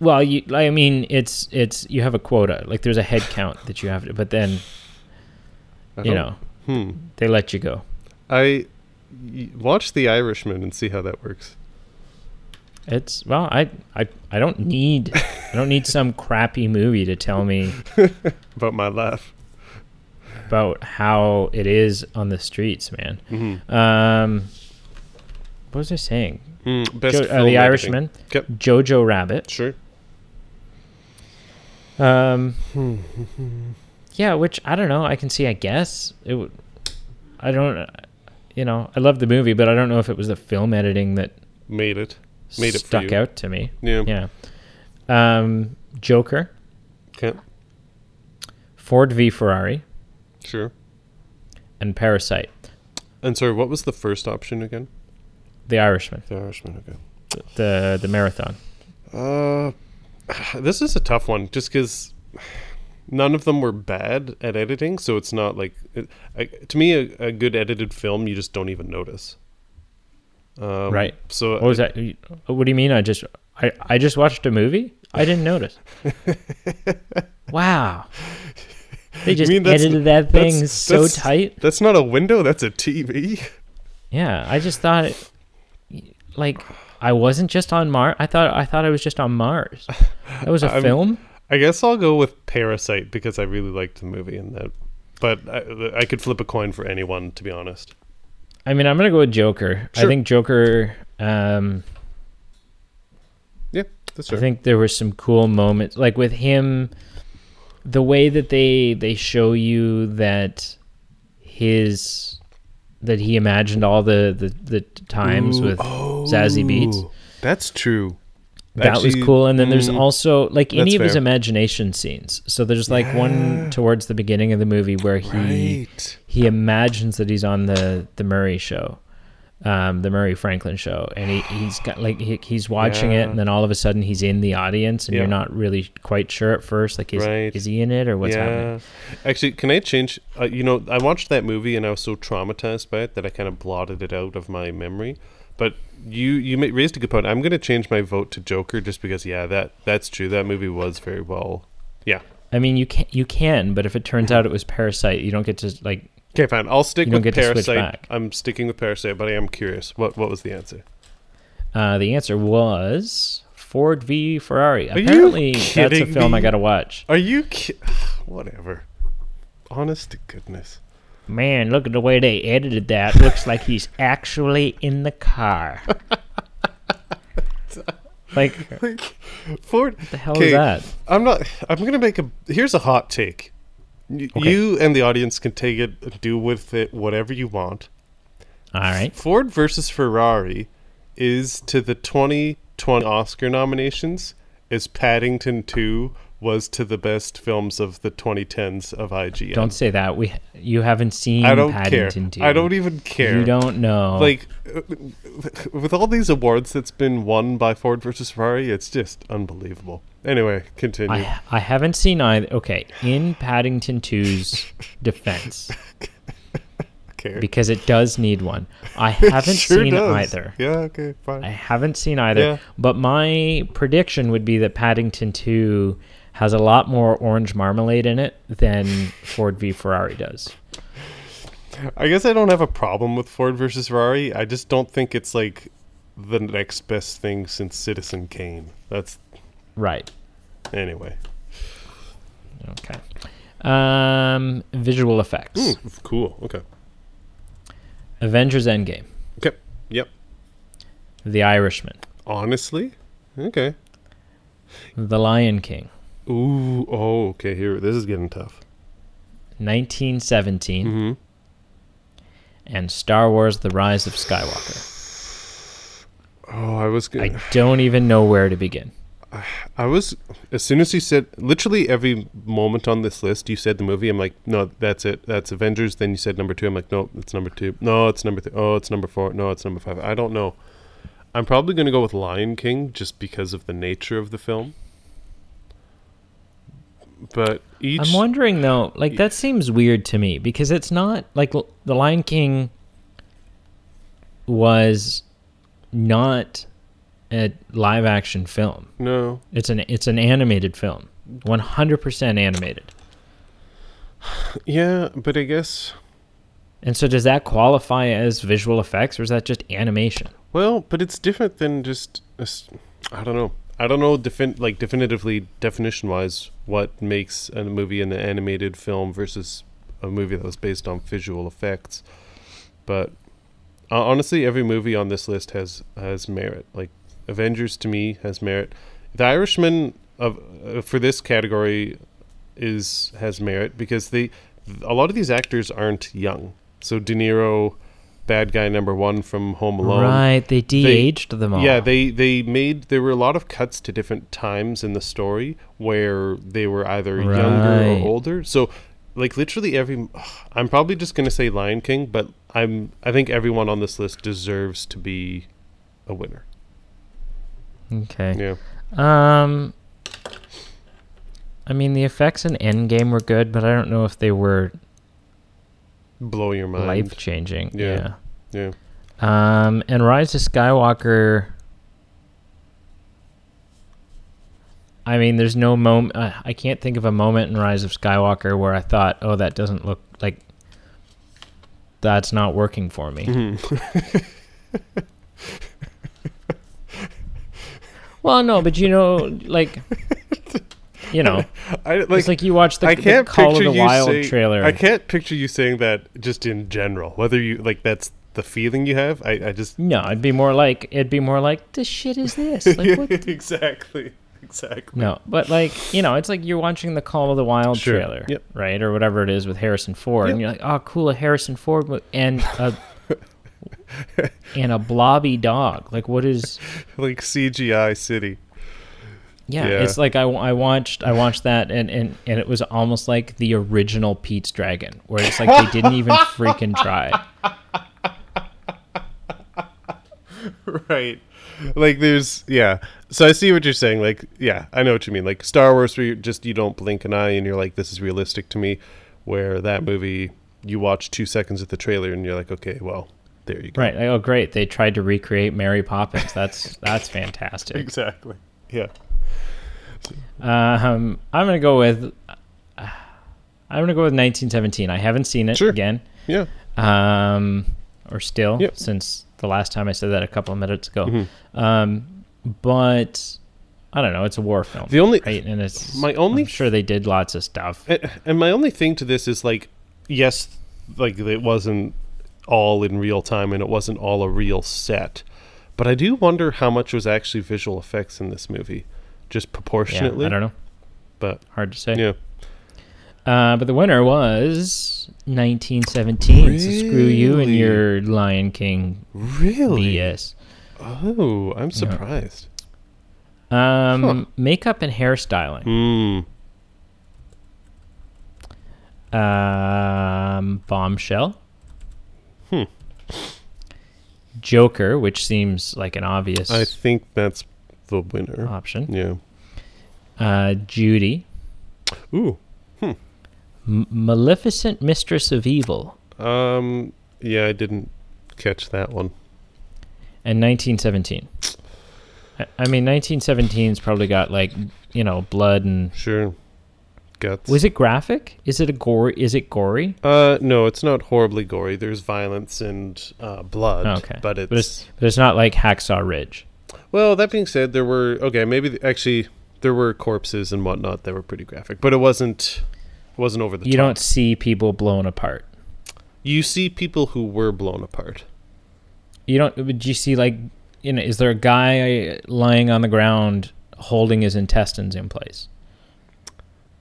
Speaker 1: well, you, I mean, it's it's you have a quota. Like, there's a head count that you have to, but then
Speaker 2: I
Speaker 1: you
Speaker 2: don't-
Speaker 1: know
Speaker 2: Hmm.
Speaker 1: they let you go.
Speaker 2: I y- watch The Irishman and see how that works.
Speaker 1: It's well, I I I don't need I don't need some crappy movie to tell me
Speaker 2: About my life.
Speaker 1: about how it is on the streets, man.
Speaker 2: Mm-hmm.
Speaker 1: Um, what was I saying?
Speaker 2: Mm,
Speaker 1: Jo-
Speaker 2: best
Speaker 1: uh,
Speaker 2: film,
Speaker 1: the
Speaker 2: I
Speaker 1: Irishman,
Speaker 2: think. Yep.
Speaker 1: Jojo Rabbit.
Speaker 2: Sure.
Speaker 1: Um, yeah, which I don't know. I can see. I guess it. Would, I don't. You know, I love the movie, but I don't know if it was the film editing that
Speaker 2: Made it. Made it for
Speaker 1: stuck
Speaker 2: you.
Speaker 1: out to me.
Speaker 2: Yeah.
Speaker 1: Yeah. Um, Joker,
Speaker 2: Okay.
Speaker 1: Ford v Ferrari,
Speaker 2: Sure.
Speaker 1: and Parasite,
Speaker 2: And sorry, what was the first option again?
Speaker 1: The Irishman,
Speaker 2: The Irishman. Okay.
Speaker 1: the the marathon.
Speaker 2: Uh, this is a tough one, just because none of them were bad at editing, so it's not like it, I, to me a, a good edited film you just don't even notice. Um,
Speaker 1: Right. Oh,
Speaker 2: So
Speaker 1: What was that? What do you mean? I just I, I just watched a movie. I didn't notice. wow. They just
Speaker 2: mean that's-
Speaker 1: edited that thing
Speaker 2: that's-
Speaker 1: so
Speaker 2: that's-
Speaker 1: tight.
Speaker 2: that's not a window. That's a TV.
Speaker 1: Yeah, I just thought, it- like, I wasn't just on Mars. I thought I thought I was just on Mars. That was a
Speaker 2: I'm-
Speaker 1: film.
Speaker 2: I guess I'll go with Parasite because I really liked the movie and that. But I, I could flip a coin for anyone, to be honest.
Speaker 1: I mean, I'm gonna go with Joker. I
Speaker 2: Sure.
Speaker 1: think Joker. Um,
Speaker 2: Yeah, that's
Speaker 1: I think there were some cool moments, like with him, the way that they they show you that his that he imagined all the the, the times with
Speaker 2: Oh.
Speaker 1: Zazie Beats.
Speaker 2: That's true.
Speaker 1: That was cool. And then there's
Speaker 2: mm,
Speaker 1: also like any
Speaker 2: that's
Speaker 1: of his
Speaker 2: fair.
Speaker 1: imagination scenes. So there's like one towards the beginning of the movie where he
Speaker 2: Right.
Speaker 1: he imagines that he's on the the Murray show, um, the Murray Franklin show, and he he's got like he, he's watching it,
Speaker 2: Yeah.
Speaker 1: and then all of a sudden he's in the audience, and you're
Speaker 2: Yeah.
Speaker 1: not really quite sure at first, like is
Speaker 2: Right.
Speaker 1: is he in it or what's happening?
Speaker 2: Actually, can I change? Uh, you know, I watched that movie and I was so traumatized by it that I kind of blotted it out of my memory. But you you ma- raised a good point. I'm going to change my vote to Joker just because, yeah, that that's true. That movie was very well. Yeah.
Speaker 1: I mean, you can you can, but if it turns out it was Parasite, you don't get to like
Speaker 2: Okay, fine. I'll stick
Speaker 1: You don't
Speaker 2: with
Speaker 1: get to switch
Speaker 2: Parasite.
Speaker 1: back.
Speaker 2: I'm sticking with Parasite, but I am curious. What what was the answer?
Speaker 1: Uh, the answer was Ford v Ferrari.
Speaker 2: you
Speaker 1: Apparently, that's a
Speaker 2: kidding
Speaker 1: film I
Speaker 2: me?
Speaker 1: gotta watch.
Speaker 2: Are you ki- whatever? Honest to goodness.
Speaker 1: Man, look at the way they edited that. Looks like he's actually in the car. like, what
Speaker 2: Like Ford.
Speaker 1: the hell
Speaker 2: Okay,
Speaker 1: is that?
Speaker 2: I'm not. I'm gonna make a. Here's a hot take. Y-
Speaker 1: Okay.
Speaker 2: You and the audience can take it, do with it whatever you want.
Speaker 1: All right.
Speaker 2: Ford versus Ferrari is to the 2020 Oscar nominations as Paddington 2 was to the best films of the 2010s of IGN.
Speaker 1: Don't say that. We you haven't seen
Speaker 2: I don't
Speaker 1: Paddington
Speaker 2: care.
Speaker 1: 2.
Speaker 2: I don't even care.
Speaker 1: You don't know.
Speaker 2: like uh, with all these awards that's been won by Ford versus Ferrari, it's just unbelievable. Anyway, continue.
Speaker 1: I, I haven't seen either. Okay, in Paddington 2's defense,
Speaker 2: care.
Speaker 1: because it does need one. I haven't
Speaker 2: Sure
Speaker 1: seen
Speaker 2: does.
Speaker 1: either.
Speaker 2: Yeah. Okay. Fine.
Speaker 1: I haven't seen either.
Speaker 2: Yeah.
Speaker 1: But my prediction would be that Paddington 2 has a lot more orange marmalade in it than Ford v Ferrari does.
Speaker 2: I guess I don't have a problem with Ford versus Ferrari. I just don't think it's like the next best thing since Citizen Kane. That's
Speaker 1: Right.
Speaker 2: anyway.
Speaker 1: Okay. Um, visual effects.
Speaker 2: Hmm, Cool. Okay.
Speaker 1: Avengers Endgame.
Speaker 2: Okay. Yep.
Speaker 1: The Irishman.
Speaker 2: Honestly. Okay.
Speaker 1: The Lion King.
Speaker 2: Ooh. Oh. Okay. Here. This is getting tough.
Speaker 1: 1917.
Speaker 2: Mm-hmm.
Speaker 1: And Star Wars The Rise of Skywalker.
Speaker 2: Oh, I was. Gonna,
Speaker 1: I don't even know where to begin.
Speaker 2: I was as soon as you said literally every moment on this list you said the movie I'm like no that's it that's Avengers then you said number 2 I'm like no it's number 2 no it's number three. Oh, it's number 4 no it's number 5 I don't know I'm probably going to go with Lion King just because of the nature of the film but each
Speaker 1: I'm wondering though, like that seems weird to me because it's not like l- the Lion King was not a live action film.
Speaker 2: no
Speaker 1: It's an it's an animated film. 100% animated.
Speaker 2: yeah but I guess
Speaker 1: And so does that qualify as visual effects or is that just animation?
Speaker 2: Well, but it's different than just a s- I don't know. I don't know defin- like definitively definition wise what makes a movie an animated film versus a movie that was based on visual effects. But uh, honestly, every movie on this list has has merit. Like Avengers to me has merit. The Irishman of uh, for this category is has merit because they a lot of these actors aren't young. So De Niro, bad guy number one from Home Alone.
Speaker 1: Right, they de-aged them all.
Speaker 2: Yeah, they they made there were a lot of cuts to different times in the story where they were either younger
Speaker 1: Right.
Speaker 2: or older. So like literally every I'm probably just going to say Lion King, but I'm I think everyone on this list deserves to be a winner.
Speaker 1: okay.
Speaker 2: Yeah.
Speaker 1: Um, I mean, the effects in Endgame were good, but I don't know if they were
Speaker 2: Blow your mind.
Speaker 1: life changing.
Speaker 2: Yeah.
Speaker 1: yeah.
Speaker 2: Yeah.
Speaker 1: Um, and Rise of Skywalker. I mean, there's no moment. Uh, I can't think of a moment in Rise of Skywalker where I thought, "Oh, that doesn't look like that's not working for me."
Speaker 2: Mm-hmm.
Speaker 1: well, no, but you know, like, you know,
Speaker 2: I like
Speaker 1: it's like you watch the,
Speaker 2: I
Speaker 1: the
Speaker 2: can't
Speaker 1: Call of
Speaker 2: picture
Speaker 1: the
Speaker 2: you
Speaker 1: Wild
Speaker 2: saying,
Speaker 1: trailer.
Speaker 2: I can't picture you saying that just in general. Whether you like that's the feeling you have. I, I just
Speaker 1: No, it'd be more like it'd be more like the shit is this? Like what? the-"
Speaker 2: exactly exactly.
Speaker 1: no, but like you know, it's like you're watching the Call of the Wild
Speaker 2: Sure.
Speaker 1: trailer,
Speaker 2: Yep.
Speaker 1: right, or whatever it is with Harrison Ford, and you're like, oh, cool, a Harrison Ford mo- and a and a blobby dog. Like what is?
Speaker 2: Like CGI city.
Speaker 1: Yeah,
Speaker 2: Yeah.
Speaker 1: it's like I, I watched I watched that and, and and it was almost like the original Pete's Dragon, where it's like they didn't even freaking try.
Speaker 2: right like there's yeah so i see what you're saying like yeah i know what you mean like star wars where you just you don't blink an eye and you're like this is realistic to me where that movie you watch two seconds of the trailer and you're like okay well there you go
Speaker 1: Right? Like, oh, great, they tried to recreate Mary Poppins. That's that's fantastic.
Speaker 2: exactly yeah
Speaker 1: Um, I'm gonna go with. I'm gonna go with 1917. I haven't seen it
Speaker 2: Sure.
Speaker 1: again,
Speaker 2: yeah
Speaker 1: um, or still
Speaker 2: Yep. Mm-hmm.
Speaker 1: since the last time I said that a couple of minutes ago. Um, but I don't know. It's a war film.
Speaker 2: The only-
Speaker 1: right, and it's
Speaker 2: my only
Speaker 1: I'm sure they did lots of stuff.
Speaker 2: and, and my only thing to this is like yes like it wasn't all in real time and it wasn't all a real set but i do wonder how much was actually visual effects in this movie just
Speaker 1: Yeah, I
Speaker 2: proportionately
Speaker 1: don't know.
Speaker 2: but
Speaker 1: Hard to say.
Speaker 2: yeah
Speaker 1: Uh, but the winner was 1917. So screw you and
Speaker 2: Really?
Speaker 1: your Lion King
Speaker 2: really
Speaker 1: BS.
Speaker 2: Oh, I'm surprised.
Speaker 1: Um, makeup and hairstyling.
Speaker 2: Hmm.
Speaker 1: Um, Bombshell. Hmm.
Speaker 2: Hmm.
Speaker 1: Joker, which seems like an obvious
Speaker 2: I think that's the winner.
Speaker 1: option.
Speaker 2: yeah.
Speaker 1: Uh, Judy.
Speaker 2: Ooh.
Speaker 1: M- Maleficent, Mistress of Evil.
Speaker 2: Um. Yeah, I didn't catch that one.
Speaker 1: And 1917. I I mean, 1917's probably got like, you know, blood and.
Speaker 2: Sure. Guts.
Speaker 1: Was it graphic? Is it a gore? Is it gory?
Speaker 2: Uh, no, it's not horribly gory. There's violence and uh, blood.
Speaker 1: Oh, Okay,
Speaker 2: But it's,
Speaker 1: But it's, but it's not like Hacksaw Ridge.
Speaker 2: well. That being said, there were okay. Maybe th- actually there were corpses and whatnot that were pretty graphic, but it wasn't it wasn't over the
Speaker 1: You
Speaker 2: top.
Speaker 1: don't see people blown apart.
Speaker 2: you see people who were blown apart.
Speaker 1: You don't. Would you see like you know? Is there a guy lying on the ground holding his intestines in place?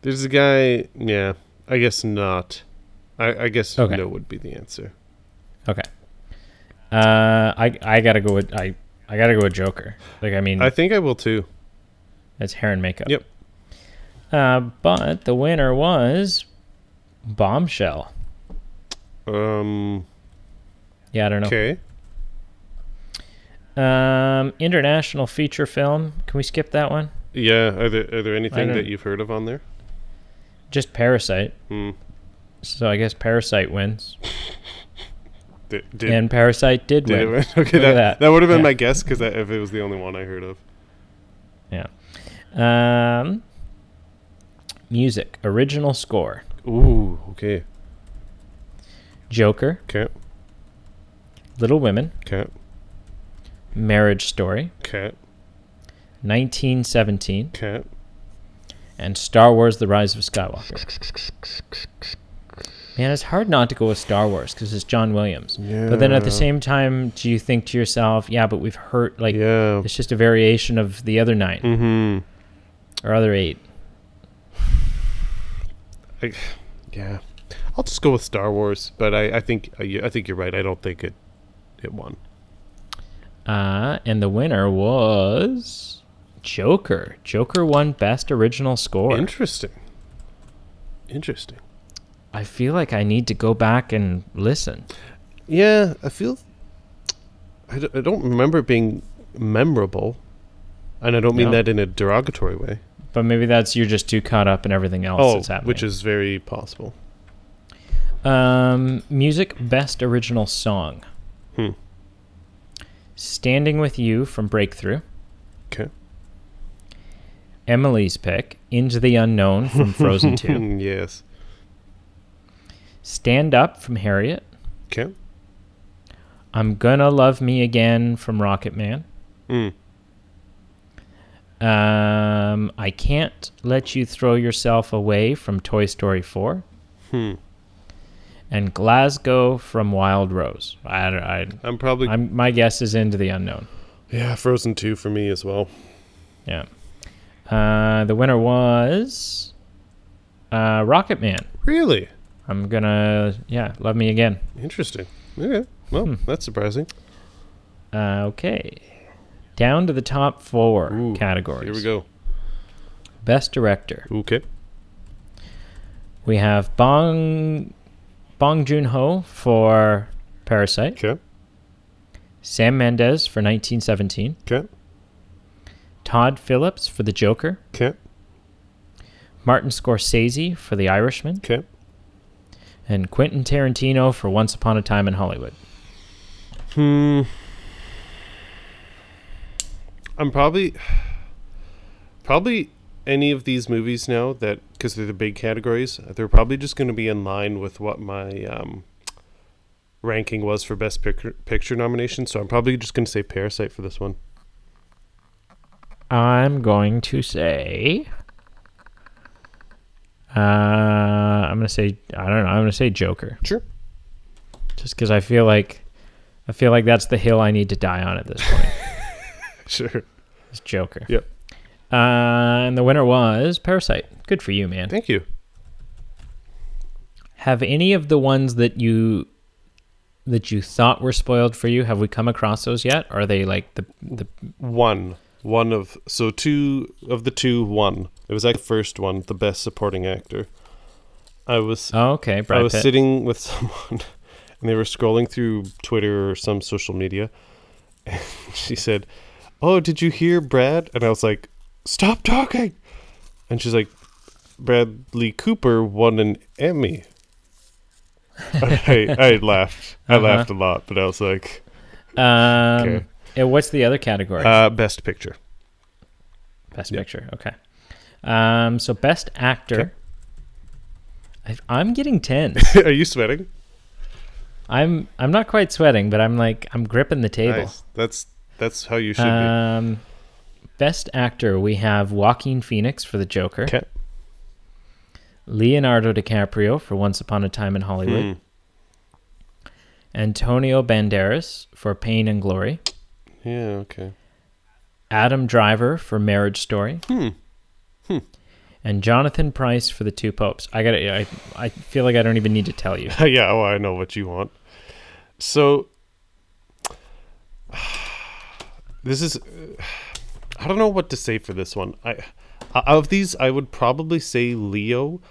Speaker 2: There's a guy. Yeah, I guess not. I, I guess
Speaker 1: Okay.
Speaker 2: no would be the answer.
Speaker 1: Okay. Uh, I I gotta go with I I gotta go with Joker. Like I mean,
Speaker 2: I think I will too.
Speaker 1: it's hair and makeup.
Speaker 2: Yep.
Speaker 1: Uh, but the winner was Bombshell.
Speaker 2: Um.
Speaker 1: Yeah, I don't know.
Speaker 2: Okay.
Speaker 1: Um, international feature film. Can we skip that one?
Speaker 2: Yeah. Are there Are there anything
Speaker 1: don't-
Speaker 2: that you've heard of on there?
Speaker 1: Just Parasite.
Speaker 2: Hmm.
Speaker 1: So I guess Parasite wins,
Speaker 2: Did, did,
Speaker 1: and Parasite did,
Speaker 2: did it
Speaker 1: win.
Speaker 2: win? okay.
Speaker 1: Look at
Speaker 2: That,
Speaker 1: that.
Speaker 2: that would have been
Speaker 1: Yeah.
Speaker 2: my guess because if it was the only one I heard of.
Speaker 1: Yeah. Um, music, original score,
Speaker 2: Ooh. Okay.
Speaker 1: Joker,
Speaker 2: Cat.
Speaker 1: Little Women,
Speaker 2: Cat.
Speaker 1: Marriage Story,
Speaker 2: Cat.
Speaker 1: 1917,
Speaker 2: Cat.
Speaker 1: and Star Wars: The Rise of Skywalker. man, it's hard not to go with Star Wars because it's John Williams. But then at the
Speaker 2: Yeah.
Speaker 1: same time, do you think to yourself, yeah, but we've hurt like
Speaker 2: yeah.
Speaker 1: it's just a variation of the other 9
Speaker 2: Mm-hmm.
Speaker 1: or other eight?
Speaker 2: I, yeah, I'll just go with Star Wars, but I, I think uh, I, I think you're right. I don't think it it won.
Speaker 1: Uh, and the winner was Joker. Joker won Best Original Score.
Speaker 2: Interesting. Interesting.
Speaker 1: I feel like I need to go back and listen.
Speaker 2: Yeah, I feel. I don't, I don't remember it being memorable, and I don't mean
Speaker 1: No.
Speaker 2: that in a derogatory way.
Speaker 1: But maybe that's you're just too caught up in everything else that's
Speaker 2: oh,
Speaker 1: happening.
Speaker 2: which is very possible.
Speaker 1: um, music best original song.
Speaker 2: Hmm.
Speaker 1: Standing with You from Breakthrough.
Speaker 2: 'Kay.
Speaker 1: Emily's pick, Into the Unknown from Frozen 2.
Speaker 2: Mm, yes.
Speaker 1: Stand Up from Harriet.
Speaker 2: Okay.
Speaker 1: I'm Gonna Love Me Again from Rocket Man.
Speaker 2: Mm.
Speaker 1: Um, I Can't Let You Throw Yourself Away from Toy Story 4.
Speaker 2: Hmm.
Speaker 1: And Glasgow from Wild Rose. I don't, I,
Speaker 2: I'm probably
Speaker 1: I'm, my guess is Into the Unknown.
Speaker 2: yeah. Frozen two for me as well.
Speaker 1: Yeah. Uh, the winner was uh, Rocket Man.
Speaker 2: Really
Speaker 1: I'm gonna, yeah, love me again.
Speaker 2: interesting. Okay. Well,
Speaker 1: Hmm.
Speaker 2: that's surprising.
Speaker 1: Uh, okay. Down to the top four
Speaker 2: Ooh,
Speaker 1: categories.
Speaker 2: Here we go.
Speaker 1: Best director.
Speaker 2: Okay.
Speaker 1: We have Bong Bong Joon Ho for Parasite,
Speaker 2: Okay.
Speaker 1: Sam Mendes for 1917,
Speaker 2: Okay.
Speaker 1: Todd Phillips for The Joker,
Speaker 2: Okay.
Speaker 1: Martin Scorsese for The Irishman,
Speaker 2: Okay.
Speaker 1: and Quentin Tarantino for Once Upon a Time in Hollywood.
Speaker 2: Hmm. I'm probably probably any of these movies now that because they're the big categories, they're probably just going to be in line with what my um, ranking was for best picture, picture nomination. So I'm probably just going to say Parasite for this one.
Speaker 1: I'm going to say. Uh, I'm gonna say I don't know. I'm gonna say Joker,
Speaker 2: Sure.
Speaker 1: just because I feel like, I feel like that's the hill I need to die on at this point.
Speaker 2: Sure.
Speaker 1: is Joker.
Speaker 2: Yep.
Speaker 1: Uh, and the winner was Parasite. Good for you, man.
Speaker 2: Thank you.
Speaker 1: Have any of the ones that you that you thought were spoiled for you? Have we come across those yet? Are they like the the
Speaker 2: One. One of so two of the two one. It was like the first one, the best supporting actor. I was
Speaker 1: oh, okay? Brad
Speaker 2: I was
Speaker 1: Pitt.
Speaker 2: sitting with someone and they were scrolling through Twitter or some social media. And she said, Oh, did you hear Brad? And I was like, Stop talking. And she's like, Bradley Cooper won an Emmy. I, I laughed. I
Speaker 1: Uh-huh.
Speaker 2: laughed a lot, but I was like,
Speaker 1: um,
Speaker 2: Okay.
Speaker 1: and what's the other category?
Speaker 2: uh, Best picture.
Speaker 1: Best
Speaker 2: Yeah.
Speaker 1: Picture. Okay. Um, so Best Actor. I, I'm getting tense.
Speaker 2: Are you sweating?
Speaker 1: I'm I'm not quite sweating, but I'm like I'm gripping the table.
Speaker 2: Nice. That's, that's how you should
Speaker 1: Um, Best Actor. We have Joaquin Phoenix for The Joker.
Speaker 2: be. Okay.
Speaker 1: Leonardo DiCaprio for Once Upon a Time in Hollywood.
Speaker 2: Mm. Hmm.
Speaker 1: Antonio Banderas for Pain and Glory.
Speaker 2: Yeah, okay.
Speaker 1: Adam Driver for Marriage Story.
Speaker 2: Hmm. Hmm.
Speaker 1: And Jonathan Price for The Two Popes. I got to I, I feel like I don't even need to tell you.
Speaker 2: yeah, well, I know what you want. So, this is. I don't know what to say for this one. I uh, of these, I would probably say Leo,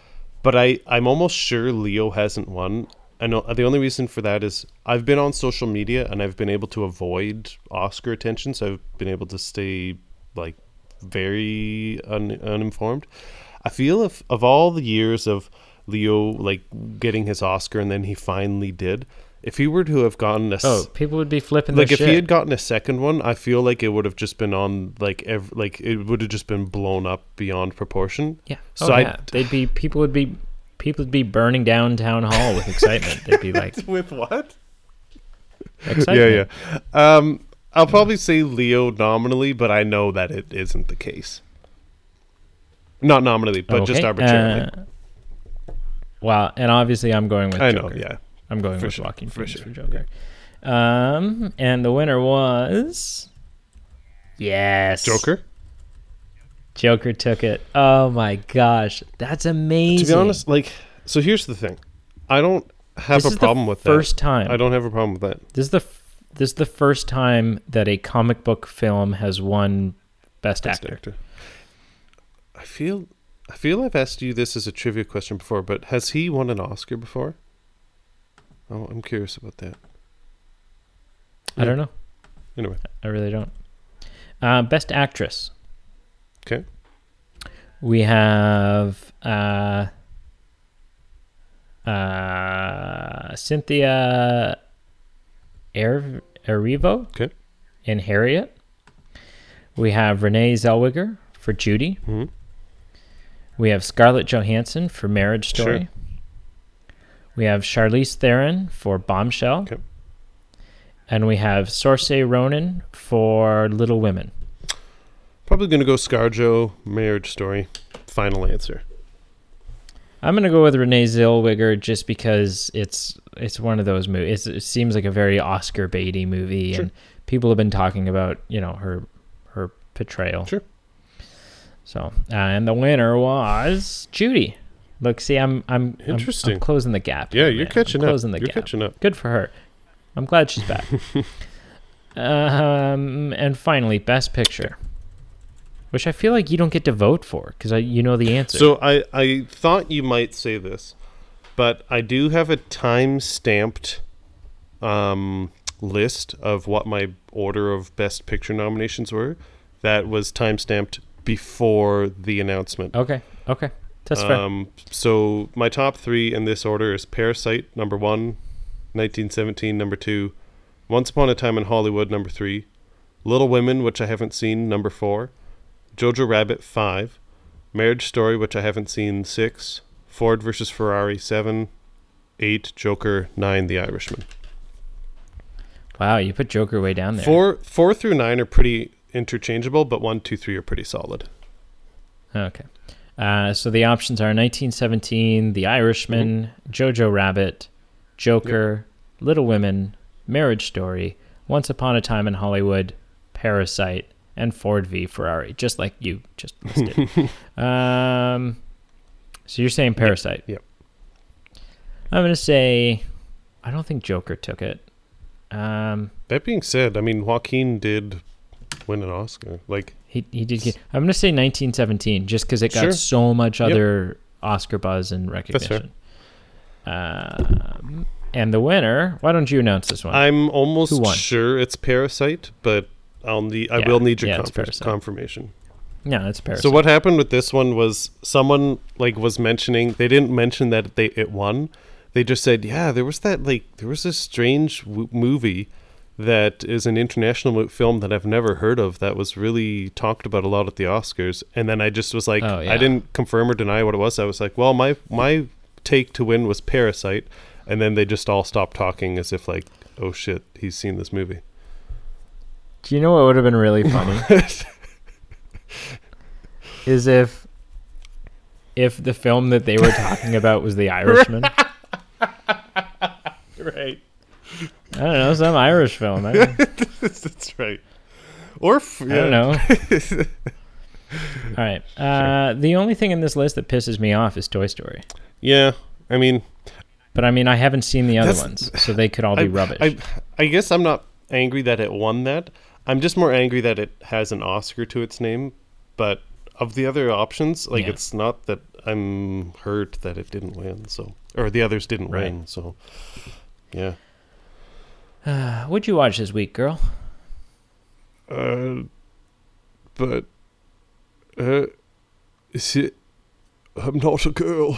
Speaker 2: but I I'm almost sure Leo hasn't won. I know the only reason for that is I've been on social media and I've been able to avoid Oscar attention, so I've been able to stay like very un, uninformed. I feel if of all the years of Leo like getting his Oscar and then he finally did, if he were to have gotten a s-
Speaker 1: Oh, people would be flipping
Speaker 2: like
Speaker 1: their
Speaker 2: if
Speaker 1: shit.
Speaker 2: he had gotten a second one, I feel like it would have just been on like ev- like it would have just been blown up beyond proportion.
Speaker 1: Yeah.
Speaker 2: So
Speaker 1: oh,
Speaker 2: I-
Speaker 1: yeah. they'd be people would be people would be burning down town hall with excitement. They'd be like
Speaker 2: With what?
Speaker 1: excitement.
Speaker 2: Yeah, yeah. Um, I'll probably say Leo nominally, but I know that it isn't the case. Not nominally, but just
Speaker 1: Okay,
Speaker 2: arbitrarily.
Speaker 1: uh, Well, and obviously I'm going with
Speaker 2: I know,
Speaker 1: Joker.
Speaker 2: yeah.
Speaker 1: I'm going
Speaker 2: For
Speaker 1: with
Speaker 2: sure,
Speaker 1: Walking
Speaker 2: for
Speaker 1: Phoenix
Speaker 2: sure,
Speaker 1: for Joker. Um, and the winner was yes,
Speaker 2: Joker.
Speaker 1: Joker took it. Oh my gosh, that's amazing.
Speaker 2: To be honest, like, so here's the thing. I don't have
Speaker 1: this
Speaker 2: a
Speaker 1: is
Speaker 2: problem
Speaker 1: the
Speaker 2: with
Speaker 1: first
Speaker 2: that.
Speaker 1: time.
Speaker 2: I don't have a problem with that.
Speaker 1: This is the f- this is the first time that a comic book film has won Best,
Speaker 2: Best
Speaker 1: Actor.
Speaker 2: actor. I feel, I feel I've asked you this as a trivia question before, but has he won an Oscar before? Oh, I'm curious about that.
Speaker 1: I don't know.
Speaker 2: Anyway,
Speaker 1: I really don't. Uh, best Actress.
Speaker 2: okay.
Speaker 1: We have uh, uh, Cynthia Erivo
Speaker 2: Okay.
Speaker 1: in Harriet. We have Renee Zellweger for Judy.
Speaker 2: Mhm.
Speaker 1: We have Scarlett Johansson for Marriage Story.
Speaker 2: Sure.
Speaker 1: We have Charlize Theron for Bombshell.
Speaker 2: Okay.
Speaker 1: And we have Saoirse Ronan for Little Women.
Speaker 2: Probably gonna go ScarJo, Marriage Story. Final answer.
Speaker 1: I'm gonna go with Renee Zellweger just because it's it's one of those movies. It seems like a very Oscar baity movie,
Speaker 2: Sure.
Speaker 1: and people have been talking about you know her her portrayal.
Speaker 2: Sure.
Speaker 1: So uh, and the winner was Judy. Look, see, I'm I'm I'm- I'm,
Speaker 2: Interesting.
Speaker 1: closing the gap.
Speaker 2: Yeah,
Speaker 1: here,
Speaker 2: you're
Speaker 1: Oh, man. I'm
Speaker 2: catching up.
Speaker 1: Closing the
Speaker 2: you're
Speaker 1: gap.
Speaker 2: catching up.
Speaker 1: Good for her. I'm glad she's back. um, and finally, best picture, which I feel like you don't get to vote for because you know the answer.
Speaker 2: So I, I thought you might say this, but I do have a time stamped um, list of what my order of best picture nominations were. That was time stamped before the announcement.
Speaker 1: okay, okay, that's fair.
Speaker 2: Um, so my top three in this order is Parasite number one, 1917 number two, Once Upon a Time in Hollywood number three, Little Women which I haven't seen number four, Jojo Rabbit five, Marriage Story which I haven't seen six, Ford versus Ferrari seven, eight Joker nine The Irishman.
Speaker 1: Wow, you put Joker way down there.
Speaker 2: Four four through nine are pretty interchangeable, but one two three are pretty solid.
Speaker 1: Okay. Uh, so the options are 1917, The Irishman,
Speaker 2: Mm-hmm.
Speaker 1: Jojo Rabbit, Joker, Little Women, Marriage Story, Once Upon a Time in Hollywood, Parasite, and Ford v Ferrari, just like you just listed. um, so you're saying Parasite?
Speaker 2: yep.
Speaker 1: I'm going to say I don't think Joker took it. Um,
Speaker 2: That being said, I mean Joaquin did win an Oscar. Like
Speaker 1: He he did get. I'm gonna say 1917, just because it got
Speaker 2: Sure.
Speaker 1: so much
Speaker 2: Yep.
Speaker 1: other Oscar buzz and recognition. Um, and the winner. Why don't you announce this one?
Speaker 2: I'm
Speaker 1: Who
Speaker 2: almost
Speaker 1: won?
Speaker 2: sure it's Parasite, but I'll need I
Speaker 1: Yeah,
Speaker 2: will need your
Speaker 1: yeah, it's
Speaker 2: confir-
Speaker 1: Parasite.
Speaker 2: confirmation.
Speaker 1: no, it's Paris.
Speaker 2: So what happened with this one was someone like was mentioning they didn't mention that they it won. They just said, "Yeah, there was that like there was this strange w- movie that is an international mo- film that I've never heard of that was really talked about a lot at the Oscars." And then I just was like,
Speaker 1: Oh, yeah.
Speaker 2: I didn't confirm or deny what it was. I was like, "Well, my my take to win was Parasite." And then they just all stopped talking as if like, "Oh shit, he's seen this movie."
Speaker 1: Do you know what would have been really funny? Is if if the film that they were talking about was The Irishman.
Speaker 2: Right.
Speaker 1: I don't know some Irish film. I don't,
Speaker 2: That's right. Or f-
Speaker 1: I don't know. All right. Uh, The only thing in this list that pisses me off is Toy Story.
Speaker 2: Yeah, I mean,
Speaker 1: But I mean, I haven't seen the other
Speaker 2: That's-
Speaker 1: ones, so they could all be
Speaker 2: I,
Speaker 1: rubbish.
Speaker 2: I, I guess I'm not angry that it won that. I'm just more angry that it has an Oscar to its name. But of the other options, like
Speaker 1: Yeah.
Speaker 2: it's not that I'm hurt that it didn't win. So or the others didn't
Speaker 1: Right.
Speaker 2: win. So yeah.
Speaker 1: What'd you watch this week, girl?
Speaker 2: Uh, but uh, is it? I'm not a girl.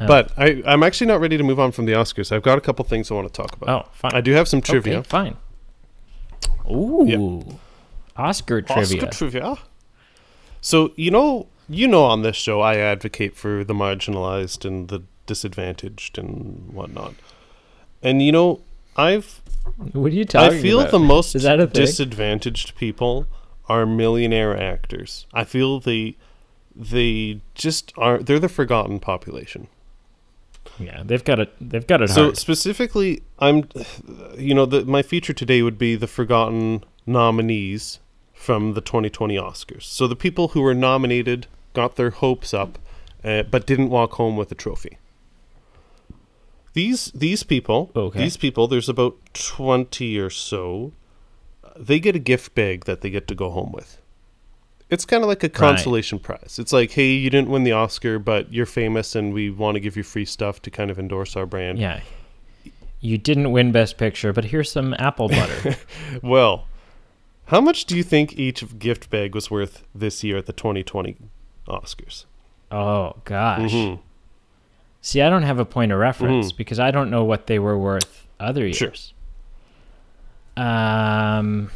Speaker 1: Oh.
Speaker 2: But I, I'm actually not ready to move on from the Oscars. I've got a couple things I want to talk about.
Speaker 1: Oh, fine.
Speaker 2: I do have some trivia.
Speaker 1: Okay, fine. Ooh, Oscar trivia.
Speaker 2: Oscar trivia. So you know, you know, on this show, I advocate for the marginalized and the disadvantaged and whatnot. And you know, I've
Speaker 1: what are you talking about?
Speaker 2: I feel the most
Speaker 1: Is that a thing?
Speaker 2: disadvantaged people are millionaire actors. I feel they they just are they're the forgotten population.
Speaker 1: Yeah, they've got it. They've got it
Speaker 2: so
Speaker 1: hard.
Speaker 2: specifically, I'm, you know, the, my feature today would be the forgotten nominees from the 2020 Oscars. So the people who were nominated got their hopes up, uh, but didn't walk home with a trophy. These these people,
Speaker 1: Okay.
Speaker 2: these people, there's about 20 or so. They get a gift bag that they get to go home with. It's kind of like a consolation prize. It's like, hey, you didn't win the Oscar, but you're famous, and we want to give you free stuff to kind of endorse our brand.
Speaker 1: Yeah. You didn't win Best Picture, but here's some apple butter.
Speaker 2: Well, how much do you think each gift bag was worth this year at the 2020 Oscars?
Speaker 1: oh gosh.
Speaker 2: Mhm.
Speaker 1: See, I don't have a point of reference because I don't know what they were worth other years.
Speaker 2: Mm-hmm. Sure.
Speaker 1: Um,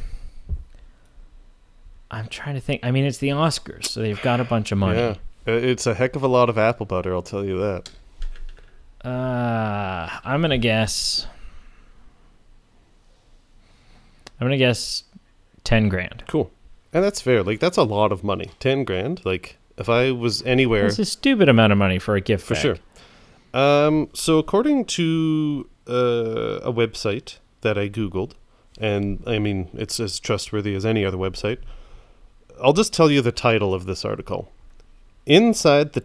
Speaker 1: I'm trying to think. I mean, it's the Oscars, so they've got a bunch of money.
Speaker 2: Yeah. Uh, It's a heck of a lot of apple butter, I'll tell you that.
Speaker 1: Uh, I'm gonna guess. I'm gonna guess ten grand.
Speaker 2: Cool. And that's fair. Like, that's a lot of money. 10 grand. Like, if I was anywhere.
Speaker 1: It's a stupid amount of money for a gift.
Speaker 2: For
Speaker 1: bag.
Speaker 2: sure. Um, so, according to uh, a website that I Googled, and I mean, it's as trustworthy as any other website, I'll just tell you the title of this article Inside the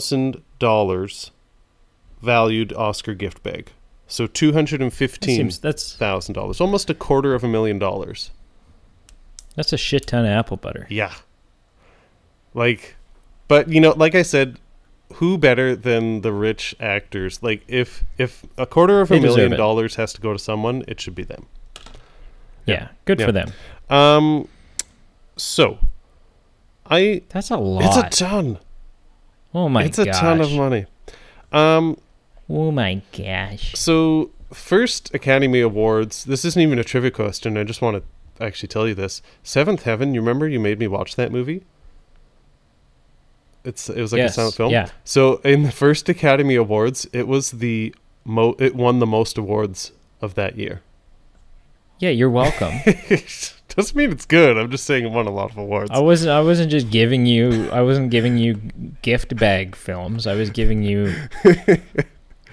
Speaker 2: $215,000 valued Oscar gift bag. So,
Speaker 1: That
Speaker 2: 215
Speaker 1: seems that's
Speaker 2: thousand dollars almost a quarter of a million dollars
Speaker 1: that's a shit ton of apple butter.
Speaker 2: yeah. Like, but you know, like I said, who better than the rich actors? Like, if if a quarter of a
Speaker 1: They deserve
Speaker 2: million
Speaker 1: it.
Speaker 2: dollars has to go to someone, it should be them.
Speaker 1: Yeah, good
Speaker 2: Yeah.
Speaker 1: for them.
Speaker 2: Um, so I
Speaker 1: That's a lot.
Speaker 2: it's a ton.
Speaker 1: oh my
Speaker 2: it's a ton of
Speaker 1: gosh.
Speaker 2: money. Um,
Speaker 1: Oh my gosh.
Speaker 2: So, first Academy Awards. This isn't even a trivia question. I just want to actually tell you this. Seventh Heaven. You remember you made me watch that movie. It's it was like
Speaker 1: Yes,
Speaker 2: a silent film.
Speaker 1: yeah.
Speaker 2: So in the first Academy Awards, it was the mo. It won the most awards of that year.
Speaker 1: Yeah, you're welcome.
Speaker 2: Doesn't mean it's good. I'm just saying it won a lot of awards.
Speaker 1: I wasn't I wasn't just giving you I wasn't giving you gift bag films. I was giving you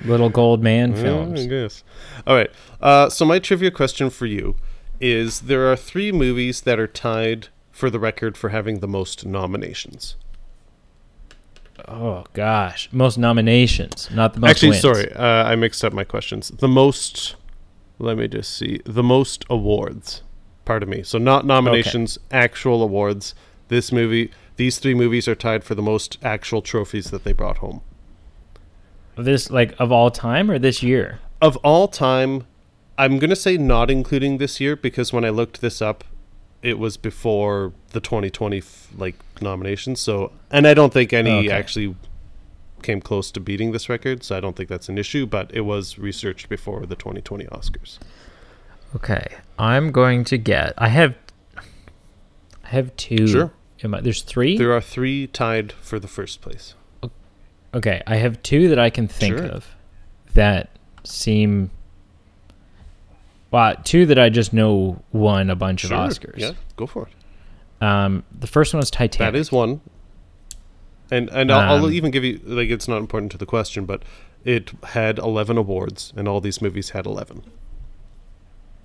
Speaker 1: little gold man
Speaker 2: Yeah, I
Speaker 1: films.
Speaker 2: guess. All right. Uh, so my trivia question for you is: There are three movies that are tied for the record for having the most nominations.
Speaker 1: Oh gosh. Most nominations, not the most
Speaker 2: Actually,
Speaker 1: wins.
Speaker 2: sorry, uh, I mixed up my questions. The most. Let me just see. The most awards. Pardon me. So not nominations, actual awards. This movie. These three movies are tied for the most actual trophies that they brought home
Speaker 1: This like of all time or this year?
Speaker 2: of all time. I'm gonna say not including this year because when I looked this up, it was before the 2020 f- like nominations. So and I don't think any
Speaker 1: Okay.
Speaker 2: actually came close to beating this record. So I don't think that's an issue. But it was researched before the 2020 Oscars.
Speaker 1: Okay. I'm going to get I have I have two.
Speaker 2: Sure.
Speaker 1: Am I, there's three?
Speaker 2: There are three tied for the first place.
Speaker 1: Okay, I have two that I can think
Speaker 2: Sure.
Speaker 1: of that seem. Well, two that I just know won a bunch of Oscars.
Speaker 2: Yeah, go for it.
Speaker 1: Um, the first one was Titanic.
Speaker 2: That is one. And and I'll, I'll
Speaker 1: Um,
Speaker 2: even give you like it's not important to the question, but it had 11 awards, and all these movies had 11.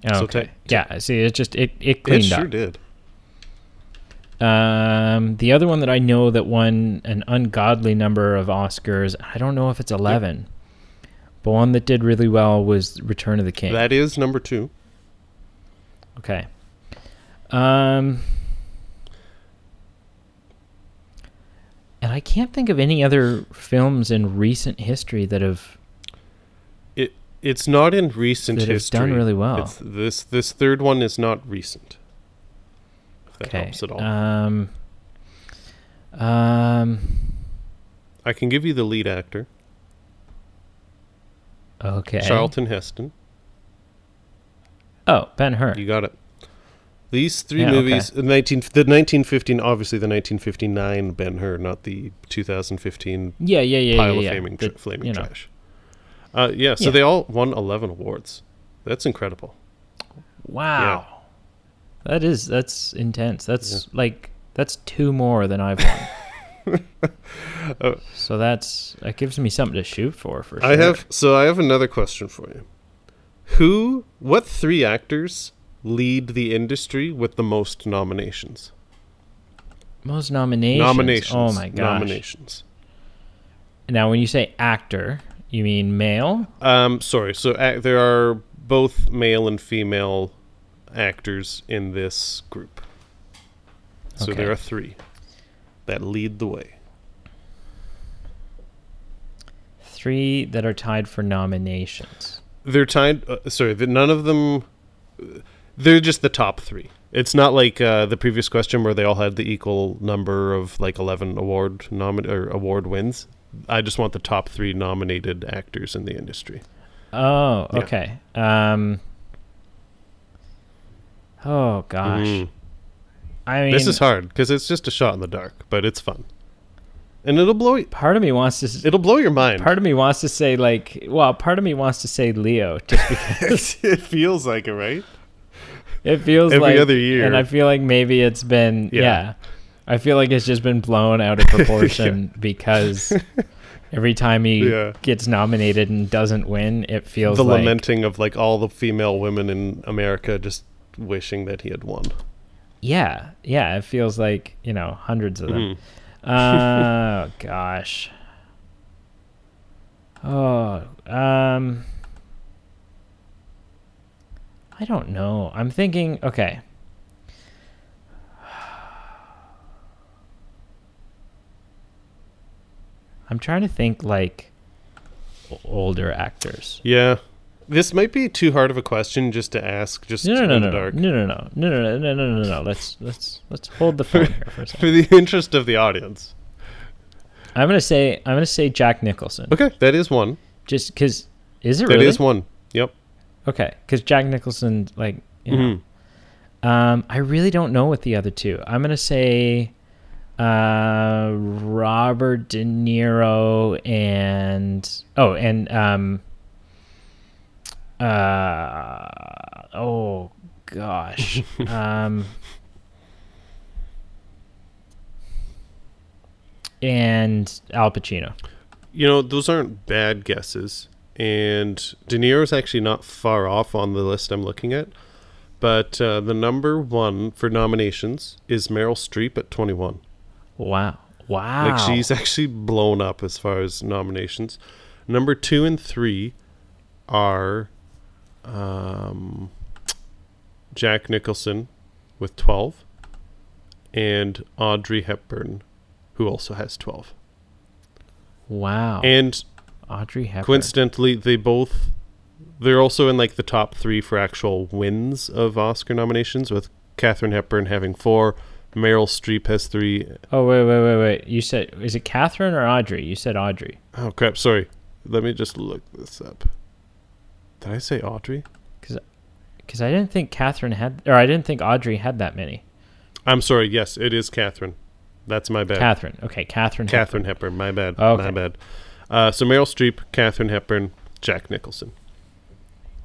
Speaker 1: okay.
Speaker 2: so Ti-
Speaker 1: yeah, see, it just it it
Speaker 2: It
Speaker 1: cleaned
Speaker 2: sure
Speaker 1: up.
Speaker 2: did.
Speaker 1: Um, the other one that I know that won an ungodly number of Oscars. I don't know if it's eleven, but one that did really well was Return of the King.
Speaker 2: That is number two.
Speaker 1: Okay. Um, and I can't think of any other films in recent history that have.
Speaker 2: It it's not in recent
Speaker 1: That it's
Speaker 2: history.
Speaker 1: done really well.
Speaker 2: It's, this this third one is not recent. If that
Speaker 1: Okay.
Speaker 2: helps at all.
Speaker 1: Um, um,
Speaker 2: I can give you the lead actor,
Speaker 1: okay.
Speaker 2: Charlton Heston.
Speaker 1: Oh, Ben Hur.
Speaker 2: You got it. These three
Speaker 1: Yeah, okay.
Speaker 2: movies, the 19, the 1915, obviously the 1959 Ben Hur, not the 2015
Speaker 1: Yeah, yeah, yeah,
Speaker 2: pile
Speaker 1: yeah.
Speaker 2: of
Speaker 1: yeah.
Speaker 2: flaming,
Speaker 1: The-
Speaker 2: tr- flaming
Speaker 1: you know.
Speaker 2: trash. Uh, yeah, so
Speaker 1: Yeah.
Speaker 2: they all won 11 awards. That's incredible.
Speaker 1: Wow. That is that's intense. That's like that's two more than I've won. So that's that gives me something to shoot for for sure.
Speaker 2: Oh. I have so I have another question for you. Who what three actors lead the industry with the most nominations?
Speaker 1: most nominations.
Speaker 2: Nominations.
Speaker 1: Oh my gosh.
Speaker 2: Nominations.
Speaker 1: Now when you say actor, you mean male?
Speaker 2: Um sorry, so ac there are both male and female actors in this group. So
Speaker 1: Okay.
Speaker 2: there are 3 that lead the way.
Speaker 1: Three that are tied for nominations.
Speaker 2: they're tied. Uh, sorry, the, none of them. They're just the top three. It's not like uh, the previous question where they all had the equal number of like eleven award nomin or award wins. I just want the top three nominated actors in the industry.
Speaker 1: Oh,
Speaker 2: Yeah.
Speaker 1: okay. Um Oh gosh.
Speaker 2: Mhm.
Speaker 1: I mean
Speaker 2: this is hard because it's just a shot in the dark, but it's fun, and it'll blow. y-
Speaker 1: part of me wants to s-
Speaker 2: It'll blow your mind.
Speaker 1: part of me wants to say like well, part of me wants to say Leo just because
Speaker 2: it feels like it, right?
Speaker 1: it feels
Speaker 2: Every
Speaker 1: like
Speaker 2: other year.
Speaker 1: and I feel like maybe it's been yeah.
Speaker 2: Yeah.
Speaker 1: I feel like it's just been blown out of proportion because every time he
Speaker 2: Yeah.
Speaker 1: gets nominated and doesn't win, it feels
Speaker 2: the
Speaker 1: like
Speaker 2: lamenting of like all the female women in America just wishing that he had won.
Speaker 1: Yeah, yeah, it feels like you know hundreds of them.
Speaker 2: Mhm.
Speaker 1: Oh gosh. Oh, um, I don't know. I'm thinking. Okay. I'm trying to think like o- older actors.
Speaker 2: Yeah. This might be too hard of a question just to ask just
Speaker 1: No, no,
Speaker 2: in
Speaker 1: no,
Speaker 2: the
Speaker 1: no,
Speaker 2: dark.
Speaker 1: no, no, no, no, no, no, no, no, no, no. Let's let's let's hold the phone here for a second.
Speaker 2: For the interest of the audience.
Speaker 1: I'm gonna say I'm gonna say Jack Nicholson.
Speaker 2: Okay, that is one.
Speaker 1: Just because is it
Speaker 2: That is
Speaker 1: really?
Speaker 2: one. Yep.
Speaker 1: Okay, because Jack Nicholson, like, you know.
Speaker 2: Mhm.
Speaker 1: um, I really don't know what the other two. I'm gonna say, uh, Robert De Niro and oh, and um, uh, oh gosh, um. And Al Pacino.
Speaker 2: You know, those aren't bad guesses. And De Niro's actually not far off on the list I'm looking at. But uh, the number one for nominations is Meryl Streep at 21.
Speaker 1: Wow. Wow.
Speaker 2: Like, she's actually blown up as far as nominations. Number two and three are um, Jack Nicholson with 12 and Audrey Hepburn, who also has 12.
Speaker 1: Wow.
Speaker 2: And
Speaker 1: Audrey Hepburn.
Speaker 2: coincidentally, they both. They're also in like the top three for actual wins of Oscar nominations, with Katherine Hepburn having four, Meryl Streep has three,
Speaker 1: oh wait, wait, wait, wait. You said is it Catherine or Audrey? You said Audrey.
Speaker 2: Oh crap! Sorry. Let me just look this up. Did I say Audrey?
Speaker 1: Because I didn't think Catherine had, or I didn't think Audrey had that many.
Speaker 2: I'm sorry. Yes, it is Catherine. That's my bad.
Speaker 1: Catherine. Okay, Catherine. Hep-
Speaker 2: Catherine Hepburn. My bad.
Speaker 1: Okay.
Speaker 2: My bad. Uh, so Meryl Streep, Catherine Hepburn, Jack Nicholson.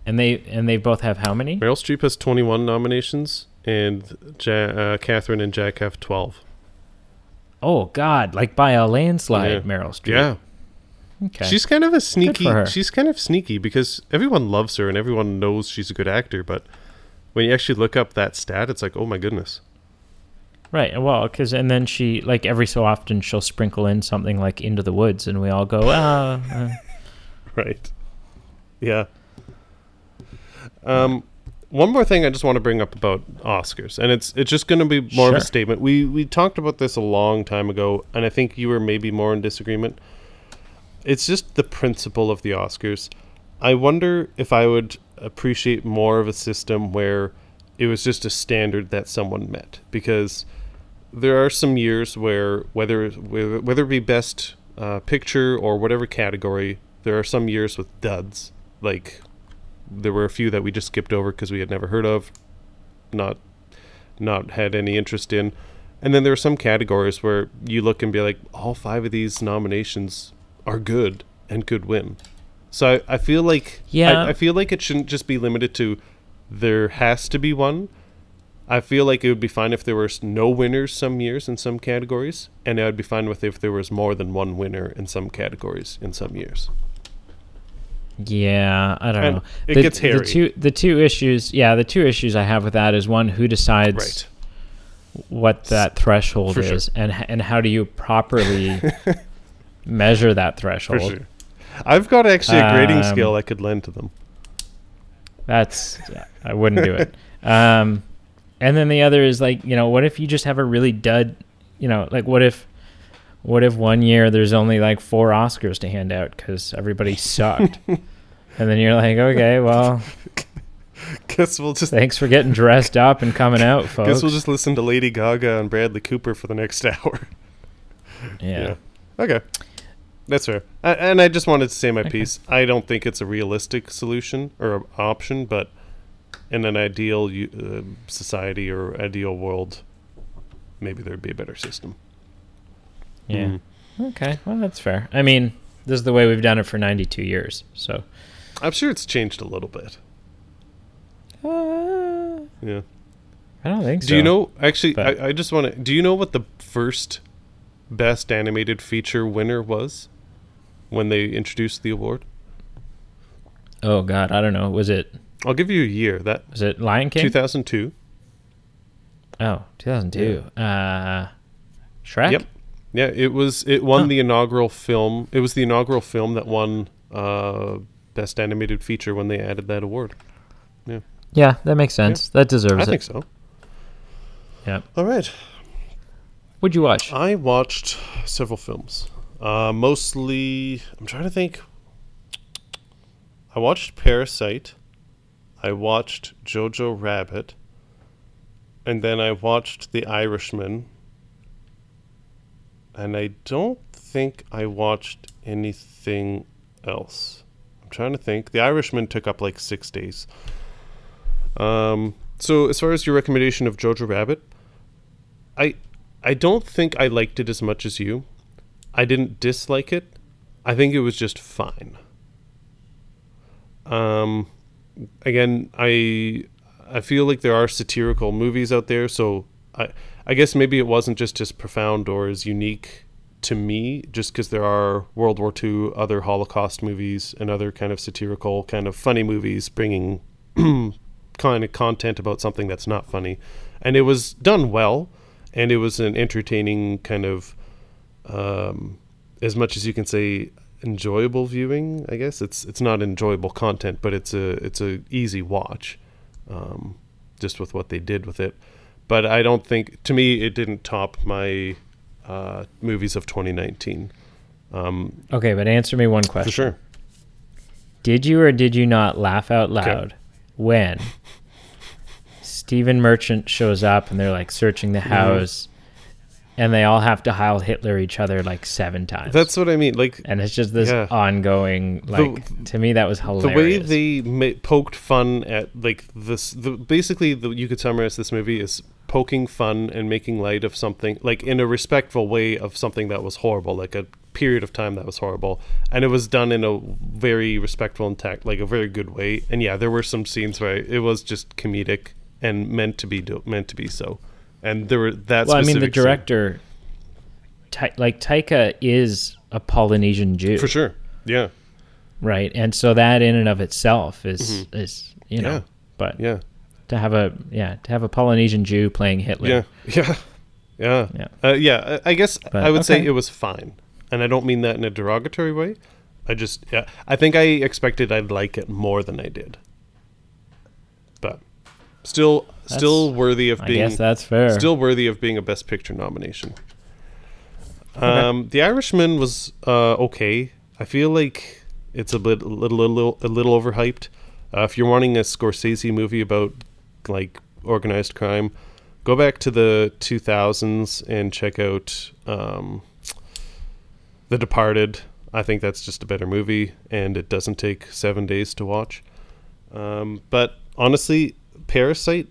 Speaker 1: And they and they both have how many?
Speaker 2: Meryl Streep has 21 nominations, and ja- uh, Catherine and Jack have 12.
Speaker 1: Oh God, like by a landslide,
Speaker 2: Yeah.
Speaker 1: Meryl Streep.
Speaker 2: Yeah,
Speaker 1: Okay.
Speaker 2: she's kind of a sneaky.
Speaker 1: her.
Speaker 2: She's kind of sneaky because everyone loves her and everyone knows she's a good actor. But when you actually look up that stat, it's like, oh my goodness.
Speaker 1: right. Well, because and then she like every so often she'll sprinkle in something like Into the Woods, and we all go, ah. uh."
Speaker 2: right. Yeah. Um, one more thing I just want to bring up about Oscars, and it's it's just going to be more of
Speaker 1: Sure.
Speaker 2: a statement. We we talked about this a long time ago, and I think you were maybe more in disagreement. It's just the principle of the Oscars. I wonder if I would appreciate more of a system where it was just a standard that someone met, because there are some years where whether whether whether it be best uh, picture or whatever category, there are some years with duds. Like there were a few that we just skipped over because we had never heard of, not not had any interest in, and then there are some categories where you look and be like, all five of these nominations are good and could win. So I, I feel like I-
Speaker 1: Yeah.
Speaker 2: I feel like it shouldn't just be limited to there has to be one I feel like it would be fine if there was no winners some years in some categories, and I would be fine with if there was more than one winner in some categories in some years.
Speaker 1: Yeah, I don't
Speaker 2: And
Speaker 1: know.
Speaker 2: it
Speaker 1: the,
Speaker 2: gets hairy.
Speaker 1: The two, the two issues, yeah, the two issues I have with that is one, who decides
Speaker 2: Right.
Speaker 1: what that threshold
Speaker 2: For sure.
Speaker 1: is, and h- and how do you properly measure that
Speaker 2: For
Speaker 1: threshold?
Speaker 2: sure. I've got actually a grading
Speaker 1: Um,
Speaker 2: scale I could lend to them.
Speaker 1: That's yeah, I wouldn't do it. Um, and then the other is like, you know, what if you just have a really dud, you know, like what if, what if one year there's only like four Oscars to hand out because everybody sucked, and then you're like, okay, well,
Speaker 2: Guess we'll just
Speaker 1: thanks for getting dressed up and coming out, folks.
Speaker 2: guess we'll just listen to Lady Gaga and Bradley Cooper for the next hour.
Speaker 1: yeah.
Speaker 2: Okay. That's fair. I, and I just wanted to say my
Speaker 1: Okay.
Speaker 2: piece. I don't think it's a realistic solution or a option, but in an ideal u- uh, society or ideal world, maybe there'd be a better system.
Speaker 1: yeah.
Speaker 2: Mhm.
Speaker 1: Okay, well that's fair. I mean, this is the way we've done it for 92 years. So,
Speaker 2: I'm sure it's changed a little bit.
Speaker 1: uh, I
Speaker 2: Yeah.
Speaker 1: don't think so.
Speaker 2: Do you know? Actually,
Speaker 1: but-
Speaker 2: I, I just want to. Do you know what the first best animated feature winner was when they introduced the award?
Speaker 1: Oh God, I don't know. Was it
Speaker 2: I'll give you a year. That
Speaker 1: was it Lion King?
Speaker 2: 2002.
Speaker 1: Oh, 2002. Uh, Shrek?
Speaker 2: Yep. Yeah, it was. It won
Speaker 1: Huh.
Speaker 2: the inaugural film. It was the inaugural film that won uh, best animated feature when they added that award.
Speaker 1: Yeah, that makes sense. That deserves
Speaker 2: I
Speaker 1: it.
Speaker 2: think so.
Speaker 1: Yep.
Speaker 2: All right.
Speaker 1: Would you watch?
Speaker 2: I watched several films. Uh, mostly, I'm trying to think. I watched Parasite. I watched Jojo Rabbit. And then I watched The Irishman. And I don't think I watched anything else. I'm trying to think. The Irishman took up like six days. Um, so, as far as your recommendation of Jojo Rabbit, I I don't think I liked it as much as you. I didn't dislike it. I think it was just fine. Um, again, I I feel like there are satirical movies out there, so I I guess maybe it wasn't just as profound or as unique to me, just because there are World War II, other Holocaust movies, and other kind of satirical, kind of funny movies bringing kind of content about something that's not funny, and it was done well, and it was an entertaining kind of um, as much as you can say enjoyable viewing i guess it's it's not enjoyable content but it's a it's a easy watch um, just with what they did with it but i don't think to me it didn't top my uh, movies of 2019 um,
Speaker 1: Okay, but answer me one
Speaker 2: for
Speaker 1: question.
Speaker 2: sure
Speaker 1: Did you or did you not laugh out loud when Stephen Merchant shows up and they're like searching
Speaker 2: Mm-hmm.
Speaker 1: the house and they all have to Heil Hitler each other like seven times?
Speaker 2: that's what i mean like
Speaker 1: and it's just this
Speaker 2: Yeah.
Speaker 1: ongoing like to me that was
Speaker 2: the
Speaker 1: hilarious.
Speaker 2: way they ma- poked fun at like this the, basically the, you could summarize this movie is poking fun and making light of something like in a respectful way of something that was horrible like a period of time that was horrible and it was done in a very respectful and tact like a very good way and yeah there were some scenes where it was just comedic and meant to be do- meant to be so and there were that
Speaker 1: well, I mean the
Speaker 2: specific scene-
Speaker 1: director Ta- like Taika is a Polynesian Jew.
Speaker 2: for sure yeah
Speaker 1: right and so that in and of itself is is you know
Speaker 2: Mm-hmm. Yeah.
Speaker 1: but
Speaker 2: yeah
Speaker 1: to have a yeah to have a polynesian jew playing hitler
Speaker 2: Yeah, yeah, yeah,
Speaker 1: Yeah.
Speaker 2: Uh, yeah. I I guess
Speaker 1: But-
Speaker 2: I would say
Speaker 1: okay.
Speaker 2: it was fine, and I don't mean that in a derogatory way. I just, yeah, I think I expected I'd like it more than I did, but still, still worthy of
Speaker 1: i
Speaker 2: being
Speaker 1: guess that's fair
Speaker 2: Still worthy of being a Best Picture nomination. Um, the Irishman was uh, okay. I feel like it's a bit, a little, a little, a little overhyped. Uh, if you're wanting a Scorsese movie about like organized crime, go back to the 2000s and check out um, The Departed. I think that's just a better movie, and it doesn't take seven days to watch. Um, but honestly, Parasite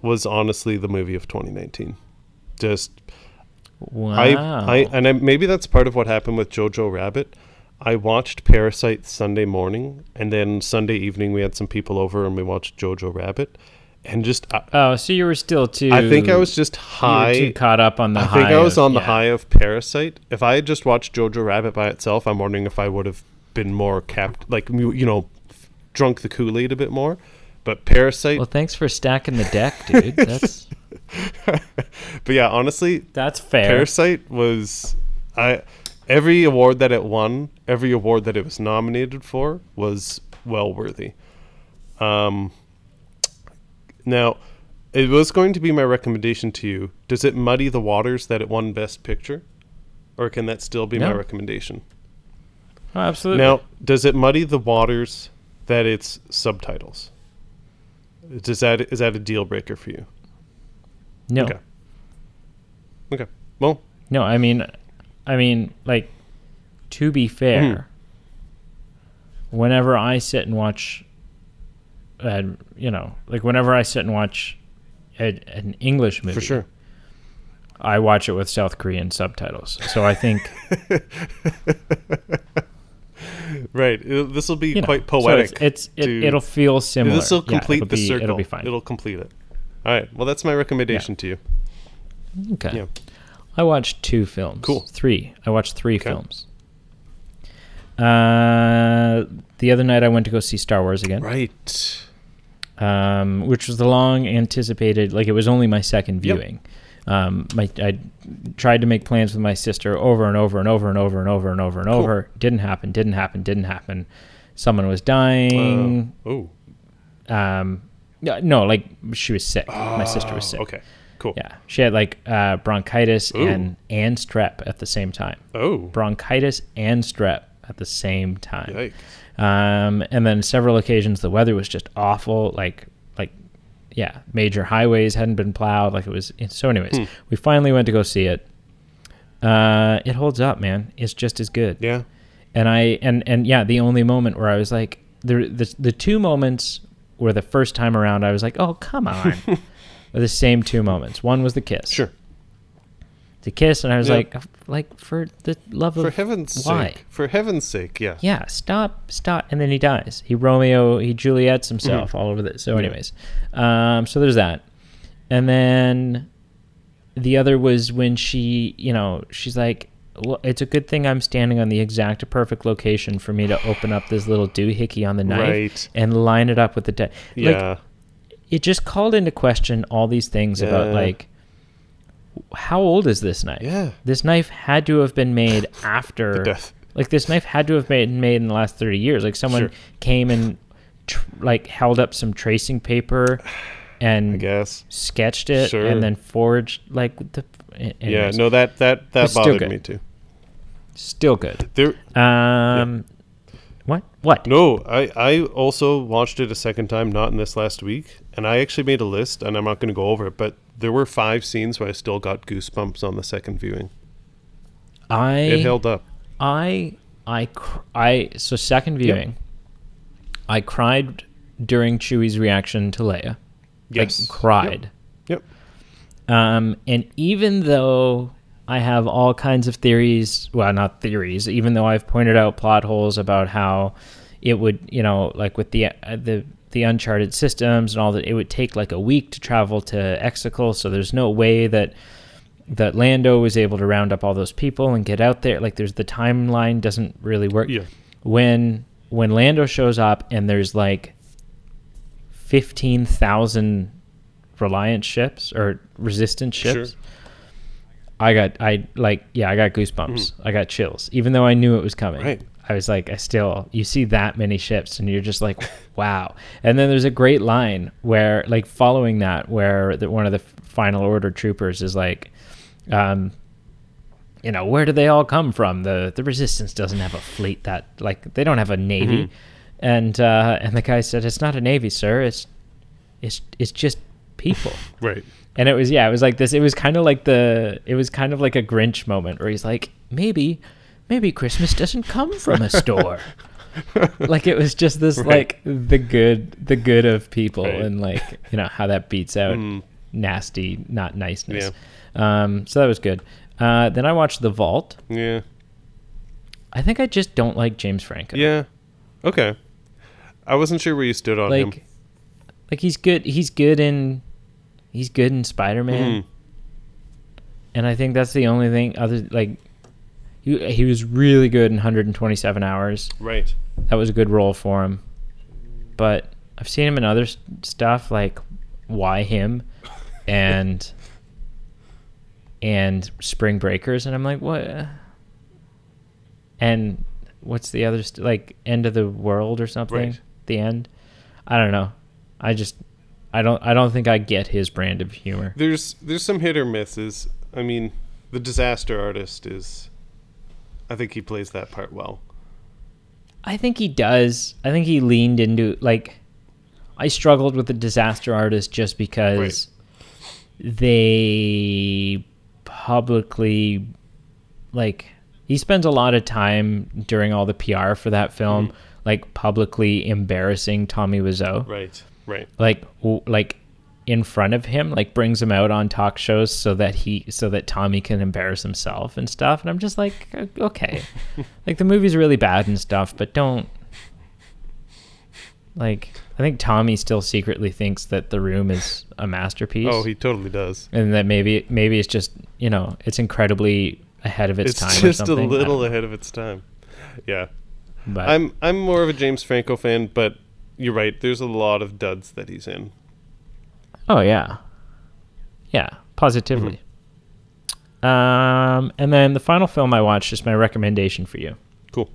Speaker 2: was honestly the movie of 2019. Just
Speaker 1: wow
Speaker 2: I I and I, maybe that's part of what happened with Jojo Rabbit. I watched Parasite Sunday morning, and then Sunday evening we had some people over and we watched Jojo Rabbit, and just I,
Speaker 1: Oh, so you were still too.
Speaker 2: I think I was just
Speaker 1: you were
Speaker 2: high.
Speaker 1: too caught up on the
Speaker 2: I
Speaker 1: high.
Speaker 2: think I was
Speaker 1: of-
Speaker 2: on the
Speaker 1: yeah.
Speaker 2: high of Parasite. If I had just watched Jojo Rabbit by itself, I'm wondering if I would have been more capped, like you you know, drunk the Kool Aid a bit more. But Parasite,
Speaker 1: Well, thanks for stacking the deck, dude. That's
Speaker 2: but yeah, honestly,
Speaker 1: that's fair.
Speaker 2: Parasite was I every award that it won, every award that it was nominated for was well worthy. Um now it was going to be my recommendation to you. Does it muddy the waters that it won best picture? Or can that still be my
Speaker 1: No.
Speaker 2: recommendation?
Speaker 1: Oh, absolutely.
Speaker 2: Now, does it muddy the waters that it's subtitles? Does that is that a deal breaker for you?
Speaker 1: no.
Speaker 2: Okay. Okay. Well,
Speaker 1: No, I mean, I mean, like, to be fair,
Speaker 2: Mm-hmm.
Speaker 1: whenever I sit and watch, uh, you know, like whenever I sit and watch a, an English movie,
Speaker 2: for sure.
Speaker 1: I watch it with South Korean subtitles. So I think,
Speaker 2: Right. It'll- This will be
Speaker 1: you know,
Speaker 2: quite
Speaker 1: so
Speaker 2: poetic.
Speaker 1: it's, it's
Speaker 2: to-
Speaker 1: it, it'll feel similar.
Speaker 2: this will
Speaker 1: Yeah,
Speaker 2: complete
Speaker 1: it'll
Speaker 2: the
Speaker 1: be-
Speaker 2: circle.
Speaker 1: It'll be fine.
Speaker 2: It'll complete it. All right. Well, that's my recommendation to you.
Speaker 1: okay.
Speaker 2: Yeah.
Speaker 1: I watched two films.
Speaker 2: Cool.
Speaker 1: Three. I watched three
Speaker 2: Okay.
Speaker 1: films. Uh, the other night I went to go see Star Wars again.
Speaker 2: Right.
Speaker 1: um, which was the long anticipated. Like it was only my second
Speaker 2: Yep.
Speaker 1: viewing. Um, my I tried to make plans with my sister over and over and over and over and over and over and over. Didn't happen. Didn't happen. Didn't happen. Someone was dying.
Speaker 2: oh.
Speaker 1: um, no, no, like she was sick. my sister was sick.
Speaker 2: Oh, Okay. Cool.
Speaker 1: Yeah, she had like uh, bronchitis
Speaker 2: Ooh.
Speaker 1: and and strep at the same time.
Speaker 2: Oh.
Speaker 1: Bronchitis and strep at the same time.
Speaker 2: Yikes.
Speaker 1: Um, and then several occasions the weather was just awful. Like, like, yeah, major highways hadn't been plowed. Like it was. So, anyways,
Speaker 2: Hmm.
Speaker 1: we finally went to go see it. Uh, it holds up, man. It's just as good.
Speaker 2: Yeah.
Speaker 1: And I and and yeah, the only moment where I was like, the the, the two moments where the first time around I was like, oh come on, are the same two moments. One was the kiss.
Speaker 2: Sure.
Speaker 1: The kiss, and I was
Speaker 2: Yeah.
Speaker 1: like, like for the love
Speaker 2: For
Speaker 1: of
Speaker 2: heaven's
Speaker 1: why?
Speaker 2: sake. For heaven's sake. Yeah.
Speaker 1: yeah, stop, stop, and then he dies. He Romeo, he Juliet's
Speaker 2: Mm-hmm.
Speaker 1: himself all over this. So, anyways, um, so there's that, and then the other was when she, you know, she's like, well, it's a good thing I'm standing on the exact perfect location for me to open up this little doohickey on the knife
Speaker 2: Right.
Speaker 1: and line it up with the dead. Like,
Speaker 2: Yeah.
Speaker 1: it just called into question all these things about
Speaker 2: Yeah.
Speaker 1: like how old is this knife?
Speaker 2: Yeah.
Speaker 1: This knife had to have been made after
Speaker 2: death.
Speaker 1: Like this knife had to have been made in the last 30 years. Like someone
Speaker 2: Sure.
Speaker 1: came and tr- like held up some tracing paper
Speaker 2: I
Speaker 1: and
Speaker 2: guess.
Speaker 1: sketched it
Speaker 2: Sure.
Speaker 1: and then forged like the a-
Speaker 2: Yeah.
Speaker 1: anyways,
Speaker 2: No. That that that
Speaker 1: It's still
Speaker 2: bothered
Speaker 1: good.
Speaker 2: me too.
Speaker 1: still good.
Speaker 2: There.
Speaker 1: Um what? What?
Speaker 2: No, I, I also watched it a second time, not in this last week, and I actually made a list, and I'm not going to go over it, but there were five scenes where I still got goosebumps on the second viewing.
Speaker 1: I
Speaker 2: It held up.
Speaker 1: I I cr- I so second viewing, I cried during Chewie's reaction to Leia.
Speaker 2: Yes,
Speaker 1: like, cried.
Speaker 2: Yep.
Speaker 1: Um, and even though I have all kinds of theories, well, not theories, even though I've pointed out plot holes about how it would, you know, like with the uh, the the uncharted systems and all that, it would take like a week to travel to Exegol, so there's no way that that Lando was able to round up all those people and get out there. Like, there's the timeline doesn't really work.
Speaker 2: Yeah.
Speaker 1: When when Lando shows up and there's like fifteen thousand Reliant ships or Resistance
Speaker 2: Sure.
Speaker 1: ships, I got I like yeah I got goosebumps. I got chills, even though I knew it was coming.
Speaker 2: Right.
Speaker 1: I was like, I still you see that many ships, and you're just like, wow. And then there's a great line where like following that, where the, one of the final order troopers is like, um, you know, where do they all come from? The the resistance doesn't have a fleet that like they don't have a navy, and uh, and the guy said, it's not a navy, sir. It's it's it's just people.
Speaker 2: Right.
Speaker 1: And it was yeah, it was like this. It was kind of like the it was kind of like a Grinch moment where he's like, maybe, maybe Christmas doesn't come from a store. like it was just this
Speaker 2: Right.
Speaker 1: like the good the good of people
Speaker 2: Right. Hmm.
Speaker 1: and like you know how that beats out nasty not niceness. Um, so that was good. Uh, then I watched The Vault.
Speaker 2: Yeah.
Speaker 1: I think I just don't like James Franco.
Speaker 2: Yeah. Okay. I wasn't sure where you stood on him.
Speaker 1: like Like he's good. He's good in. He's good in Spider Man.
Speaker 2: Mhm.
Speaker 1: And I think that's the only thing other like. He, he was really good in 127 hours.
Speaker 2: Right.
Speaker 1: That was a good role for him. But I've seen him in other s- stuff like why him and and Spring Breakers and I'm like what and what's the other st- like end of the world or something
Speaker 2: Right.
Speaker 1: the end I don't know I just I don't I don't think I get his brand of humor
Speaker 2: There's there's some hit or misses. I mean, the disaster artist is. I think he plays that part well.
Speaker 1: I think he does. I think he leaned into like I struggled with the disaster artist just because they publicly like he spends a lot of time during all the PR for that film like publicly embarrassing Tommy Wiseau.
Speaker 2: Right. Right.
Speaker 1: Like w- like in front of him, like brings him out on talk shows so that he so that Tommy can embarrass himself and stuff. And I'm just like, okay. like the movie's really bad and stuff, but don't like I think Tommy still secretly thinks that the room is a masterpiece.
Speaker 2: Oh, he totally does.
Speaker 1: and that maybe maybe it's just you know, it's incredibly ahead of its,
Speaker 2: It's,
Speaker 1: time. or
Speaker 2: just a
Speaker 1: something. I don't
Speaker 2: little
Speaker 1: know.
Speaker 2: ahead of its time. Yeah.
Speaker 1: but
Speaker 2: I'm I'm more of a James Franco fan, but you're right. There's a lot of duds that he's in.
Speaker 1: Oh yeah, yeah, positively. Um, and then the final film I watched is my recommendation for you,
Speaker 2: Cool.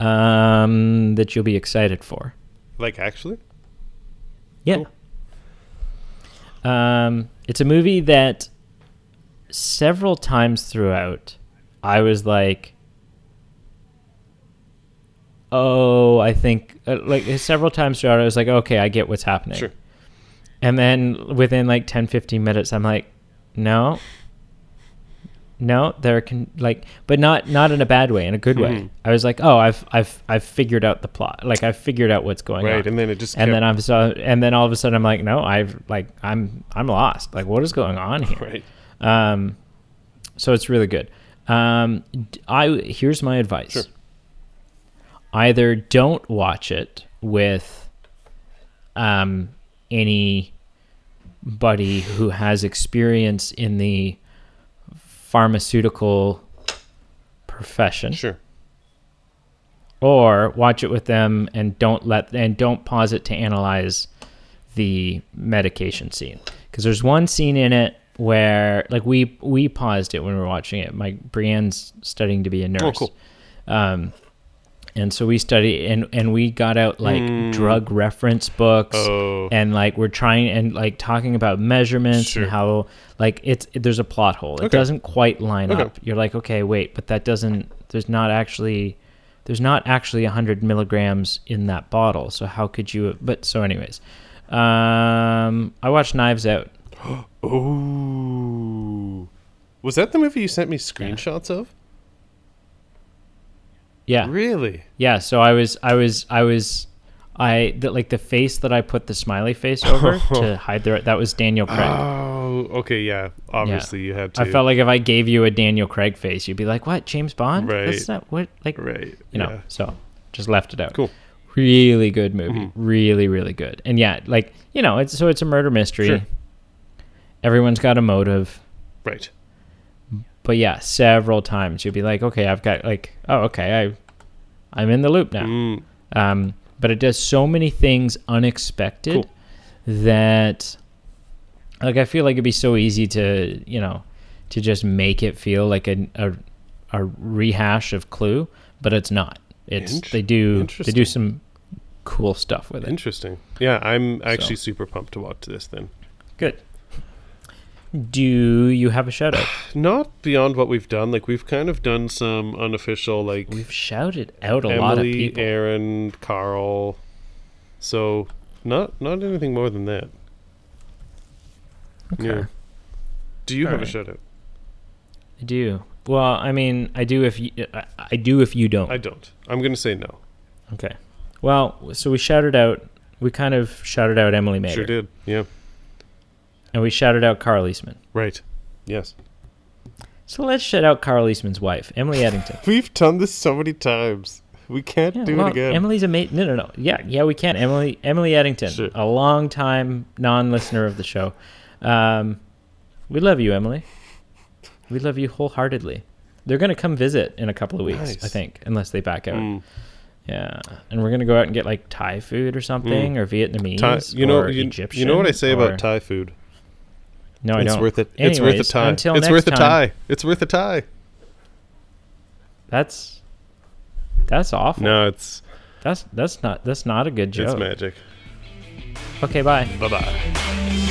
Speaker 1: um, that you'll be excited for.
Speaker 2: Like actually,
Speaker 1: Yeah. Um, it's a movie that several times throughout, I was like, "Oh, I think." Uh, like several times throughout, I was like, "Okay, I get what's happening."
Speaker 2: sure.
Speaker 1: And then within like 10, 15 minutes, I'm like, no, no, they're con- like, but not, not in a bad way, in a good way.
Speaker 2: Mhm.
Speaker 1: I was like, oh, I've, I've, I've figured out the plot. Like I've figured out what's going
Speaker 2: Right,
Speaker 1: on.
Speaker 2: and then it just
Speaker 1: and then
Speaker 2: kept-
Speaker 1: I'm so, and then all of a sudden I'm like, no, I've like, I'm, I'm lost. Like what is going on here?
Speaker 2: Right.
Speaker 1: Um, so it's really good. Um, d- I here's my advice.
Speaker 2: Sure.
Speaker 1: Either don't watch it with um, anybody who has experience in the pharmaceutical profession,
Speaker 2: Sure.
Speaker 1: or watch it with them and don't let and don't pause it to analyze the medication scene because there's one scene in it where like we we paused it when we were watching it my brienne's studying to be a nurse
Speaker 2: Oh, cool.
Speaker 1: um and so we study and and we got out like drug reference books
Speaker 2: Hmm. Oh.
Speaker 1: and like we're trying and like talking about measurements
Speaker 2: Sure.
Speaker 1: and how like it's it, there's a plot hole it
Speaker 2: Okay.
Speaker 1: doesn't quite line
Speaker 2: Okay.
Speaker 1: up you're like okay wait but that doesn't there's not actually there's not actually 100 milligrams in that bottle so how could you but so anyways um i watched knives out
Speaker 2: Oh. Was that the movie you sent me screenshots of?
Speaker 1: yeah
Speaker 2: Really?
Speaker 1: yeah so i was i was i was i that like the face that i put the smiley face over to hide the that was daniel craig
Speaker 2: Oh, okay, yeah. Obviously, you had to.
Speaker 1: I felt like if I gave you a Daniel Craig face, you'd be like, "What, James Bond?
Speaker 2: Right.
Speaker 1: That's not what like
Speaker 2: right.
Speaker 1: you know."
Speaker 2: yeah.
Speaker 1: So just left it out.
Speaker 2: Cool. Mm-hmm.
Speaker 1: Really good movie. Really, really good. And yeah, like you know, it's so it's a murder mystery.
Speaker 2: Sure.
Speaker 1: Everyone's got a motive,
Speaker 2: Right.
Speaker 1: but yeah, several times you'd be like, "Okay, I've got like, oh, okay, I, I'm in the loop now."
Speaker 2: Mm,
Speaker 1: Um, but it does so many things unexpected
Speaker 2: Cool.
Speaker 1: that, like, I feel like it'd be so easy to, you know, to just make it feel like a a, a rehash of Clue, but it's not. It's
Speaker 2: Int-
Speaker 1: they do they do
Speaker 2: interesting.
Speaker 1: some cool stuff with it.
Speaker 2: interesting. Yeah, I'm actually super pumped to watch this then.
Speaker 1: Good. Do you have a shout out?
Speaker 2: Not beyond what we've done. Like, we've kind of done some unofficial, like,
Speaker 1: We've shouted out a lot of
Speaker 2: Emily,
Speaker 1: people.
Speaker 2: Aaron, Carl. So, not not anything more than that.
Speaker 1: Okay.
Speaker 2: yeah. Do you have
Speaker 1: Alright.
Speaker 2: a shout out?
Speaker 1: I do. Well, I mean, I do if you, I, I do if you don't.
Speaker 2: I don't. I'm going to say no.
Speaker 1: Okay. Well, so we shouted out, we kind of shouted out Emily Mayer.
Speaker 2: Sure did. Yeah.
Speaker 1: And we shouted out Carl Eastman.
Speaker 2: Right. Yes.
Speaker 1: So let's shout out Carl Eastman's wife, Emily Eddington.
Speaker 2: We've done this so many times. We can't
Speaker 1: Yeah,
Speaker 2: do
Speaker 1: well,
Speaker 2: it again.
Speaker 1: Emily's amazing. No, no, no. Yeah, yeah, we can. Emily, Emily Eddington,
Speaker 2: Sure.
Speaker 1: a long time non-listener of the show. Um, we love you, Emily. We love you wholeheartedly. They're gonna come visit in a couple of weeks, I
Speaker 2: Nice.
Speaker 1: think, unless they back out.
Speaker 2: Mm.
Speaker 1: Yeah, and we're gonna go out and get like Thai food or something, or Vietnamese,
Speaker 2: Mm. Thai, you know,
Speaker 1: or
Speaker 2: you,
Speaker 1: Egyptian.
Speaker 2: you know what I say
Speaker 1: or-
Speaker 2: about Thai food.
Speaker 1: No, I
Speaker 2: it's
Speaker 1: don't.
Speaker 2: worth it. it's worth a
Speaker 1: Anyways,
Speaker 2: tie.
Speaker 1: until
Speaker 2: It's
Speaker 1: next
Speaker 2: worth a
Speaker 1: time.
Speaker 2: tie. It's worth a tie.
Speaker 1: That's that's awful.
Speaker 2: No, it's
Speaker 1: That's that's not that's not a good joke.
Speaker 2: it's magic.
Speaker 1: Okay, bye.
Speaker 2: Bye bye.